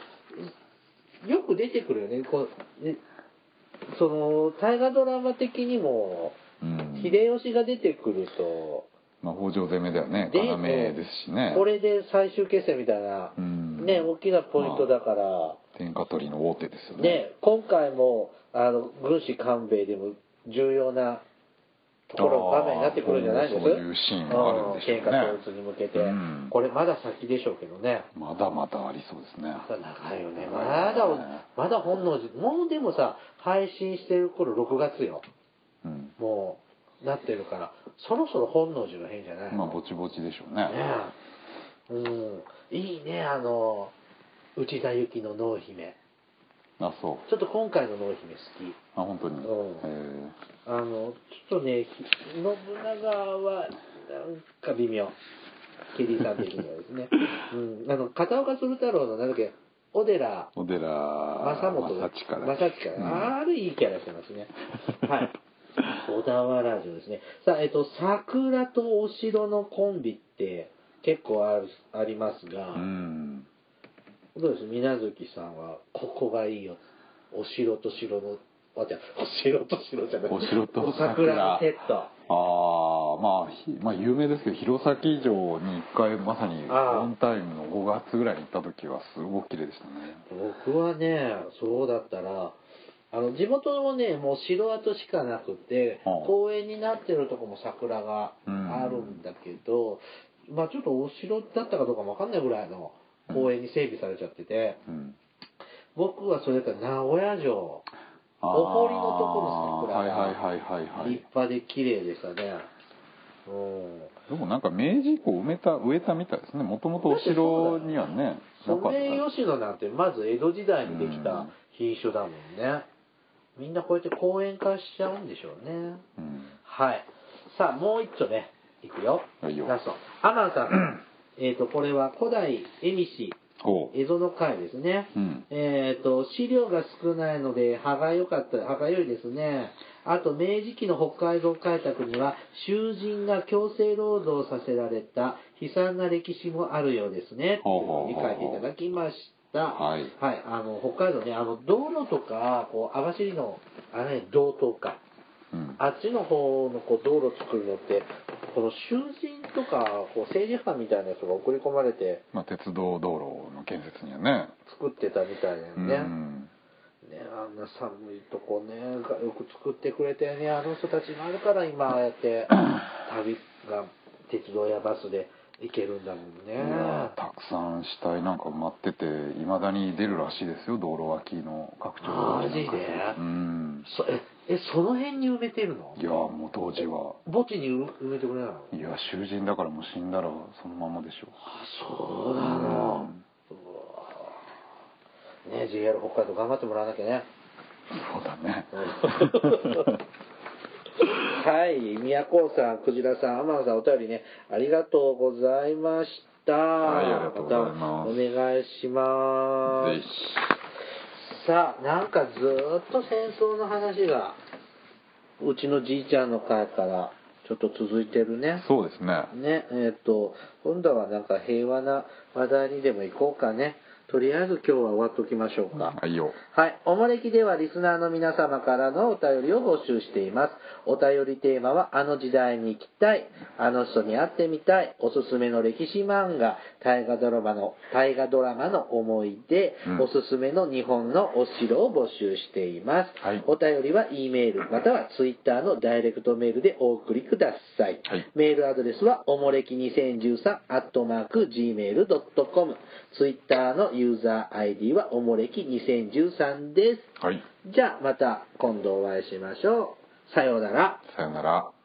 [SPEAKER 1] う、よく出てくるよね。こう、ねその、大河ドラマ的にも、
[SPEAKER 2] うん
[SPEAKER 1] 秀吉が出てくると、
[SPEAKER 2] まあ北条攻めだよね
[SPEAKER 1] で
[SPEAKER 2] 要ですしね
[SPEAKER 1] これで最終決戦みたいな、
[SPEAKER 2] うん
[SPEAKER 1] ね、大きなポイントだから、
[SPEAKER 2] 天下取りの王手ですよね
[SPEAKER 1] ね、今回もあの軍師官兵衛でも重要なところ場面になってくるんじゃないです
[SPEAKER 2] あーそういうシーンがあるんでしょうね
[SPEAKER 1] ん天下統一に向けて、
[SPEAKER 2] うん
[SPEAKER 1] これまだ先でしょうけどね
[SPEAKER 2] まだまだありそうですね
[SPEAKER 1] まだ長いよねま
[SPEAKER 2] 長いね
[SPEAKER 1] だまだ本能寺もうでもさ配信してる頃6月よ
[SPEAKER 2] うん
[SPEAKER 1] もうなってるからそろそろ本能寺の変じゃない
[SPEAKER 2] まあぼちぼちでしょうね
[SPEAKER 1] ねうんいいねあの内田有紀の濃姫
[SPEAKER 2] あそう
[SPEAKER 1] ちょっと今回の濃姫好き
[SPEAKER 2] あ本当にへ
[SPEAKER 1] うん
[SPEAKER 2] え
[SPEAKER 1] あの、ちょっとね、ひ信長は、なんか微妙。キリさん的にはです ね。うん。あの、片岡鶴太郎の、なんだっけ、小寺
[SPEAKER 2] 小寺
[SPEAKER 1] 正本。
[SPEAKER 2] 正親だっけ
[SPEAKER 1] 正親
[SPEAKER 2] うん
[SPEAKER 1] あれ、いいキャラしてます ね。はい。小田原城ですね。さあ、えっと、桜とお城のコンビって結構あるありますが、
[SPEAKER 2] うん
[SPEAKER 1] どうです水無月さんは、ここがいいよ。お城と城の、あ、じゃあお城と城じゃない。
[SPEAKER 2] お城と桜
[SPEAKER 1] 桜のセット。
[SPEAKER 2] あー、まあ、ひまあ有名ですけど弘前城に1回まさに
[SPEAKER 1] あー
[SPEAKER 2] オンタイムの5月ぐらいに行った時はすごく綺麗でしたね
[SPEAKER 1] 僕はねそうだったらあの地元もねもう城跡しかなくて、
[SPEAKER 2] はあ
[SPEAKER 1] 公園になってるとこも桜があるんだけど、まあちょっとお城だったかどうかもわかんないぐらいの公園に整備されちゃってて、
[SPEAKER 2] うん
[SPEAKER 1] 僕はそれから名古屋城
[SPEAKER 2] あー
[SPEAKER 1] お堀のとこの桜が
[SPEAKER 2] はいはいはいはいはい
[SPEAKER 1] 立派で綺麗でしたね、うん
[SPEAKER 2] でもなんか明治以降埋めた植えたみたいですねもともとお城にはね
[SPEAKER 1] ソ
[SPEAKER 2] なかった
[SPEAKER 1] メイヨシノなんてまず江戸時代にできた品種だもんね、みんなこうやって公園化しちゃうんでしょうね
[SPEAKER 2] うん
[SPEAKER 1] はい。さあ、もう一丁ね、いくよ。
[SPEAKER 2] はいよ
[SPEAKER 1] ラスト。アマンさ ん。えっと、これは古代恵美氏、
[SPEAKER 2] こ
[SPEAKER 1] 蝦夷の会ですね。
[SPEAKER 2] うん
[SPEAKER 1] えっと、資料が少ないので、歯が良かった、歯が良いですね。あと、明治期の北海道開拓には、囚人が強制労働させられた悲惨な歴史もあるようですね。
[SPEAKER 2] ほうほうほ
[SPEAKER 1] と
[SPEAKER 2] う
[SPEAKER 1] いうふうに書いていただきました。
[SPEAKER 2] はい
[SPEAKER 1] はい。あの、北海道ね、あの、道路とか、こう、網走の、あれ、道東か。
[SPEAKER 2] う、うん、
[SPEAKER 1] あっちの方のこう道路作るのって、この囚人とかこう政治犯みたいなやつが送り込まれて
[SPEAKER 2] まあ、鉄道道路の建設にはね
[SPEAKER 1] 作ってたみたいだよ
[SPEAKER 2] う
[SPEAKER 1] ね、
[SPEAKER 2] ん
[SPEAKER 1] ねあんな寒いとこねがよく作ってくれてねあの人たちがあるから今ああやって 旅が鉄道やバスで行けるんだもんね
[SPEAKER 2] いやーたくさん死体なんか埋まってていまだに出るらしいですよ道路脇の拡張
[SPEAKER 1] マジで
[SPEAKER 2] うん
[SPEAKER 1] そええその辺に埋めてるの
[SPEAKER 2] いやーもう当時は
[SPEAKER 1] 墓地に埋埋めてくれないの
[SPEAKER 2] いや囚人だからもう死んだらそのままでしょ
[SPEAKER 1] あそうなのうわね JR 北海道頑張ってもらわなきゃね
[SPEAKER 2] そうだ ね
[SPEAKER 1] はい宮古さんクジラさん天野さんお便りねありがとうございました
[SPEAKER 2] はいありがとうございます
[SPEAKER 1] またお願いします
[SPEAKER 2] ぜ
[SPEAKER 1] さあなんかずーっと戦争の話がうちのじいちゃんの会からちょっと続いてるね
[SPEAKER 2] そうですね
[SPEAKER 1] ねえっ、と今度はなんか平和な話題にでも行こうかねとりあえず今日は終わっときましょうか、
[SPEAKER 2] はいよ
[SPEAKER 1] はい。おもれきではリスナーの皆様からのお便りを募集しています。お便りテーマは、あの時代に行きたい、あの人に会ってみたい、おすすめの歴史漫画、大河ドラマの、大河ドラマの思い出、
[SPEAKER 2] うん
[SPEAKER 1] おすすめの日本のお城を募集しています。
[SPEAKER 2] はい
[SPEAKER 1] お便りは E メール、または Twitter のダイレクトメールでお送りください。
[SPEAKER 2] はい
[SPEAKER 1] メールアドレスは、おもれき2013、アットマーク、gmail.com。ツイッターのユーザー ID は、おもれき2013です。
[SPEAKER 2] はい
[SPEAKER 1] じゃあ、また今度お会いしましょう。さようなら。
[SPEAKER 2] さよなら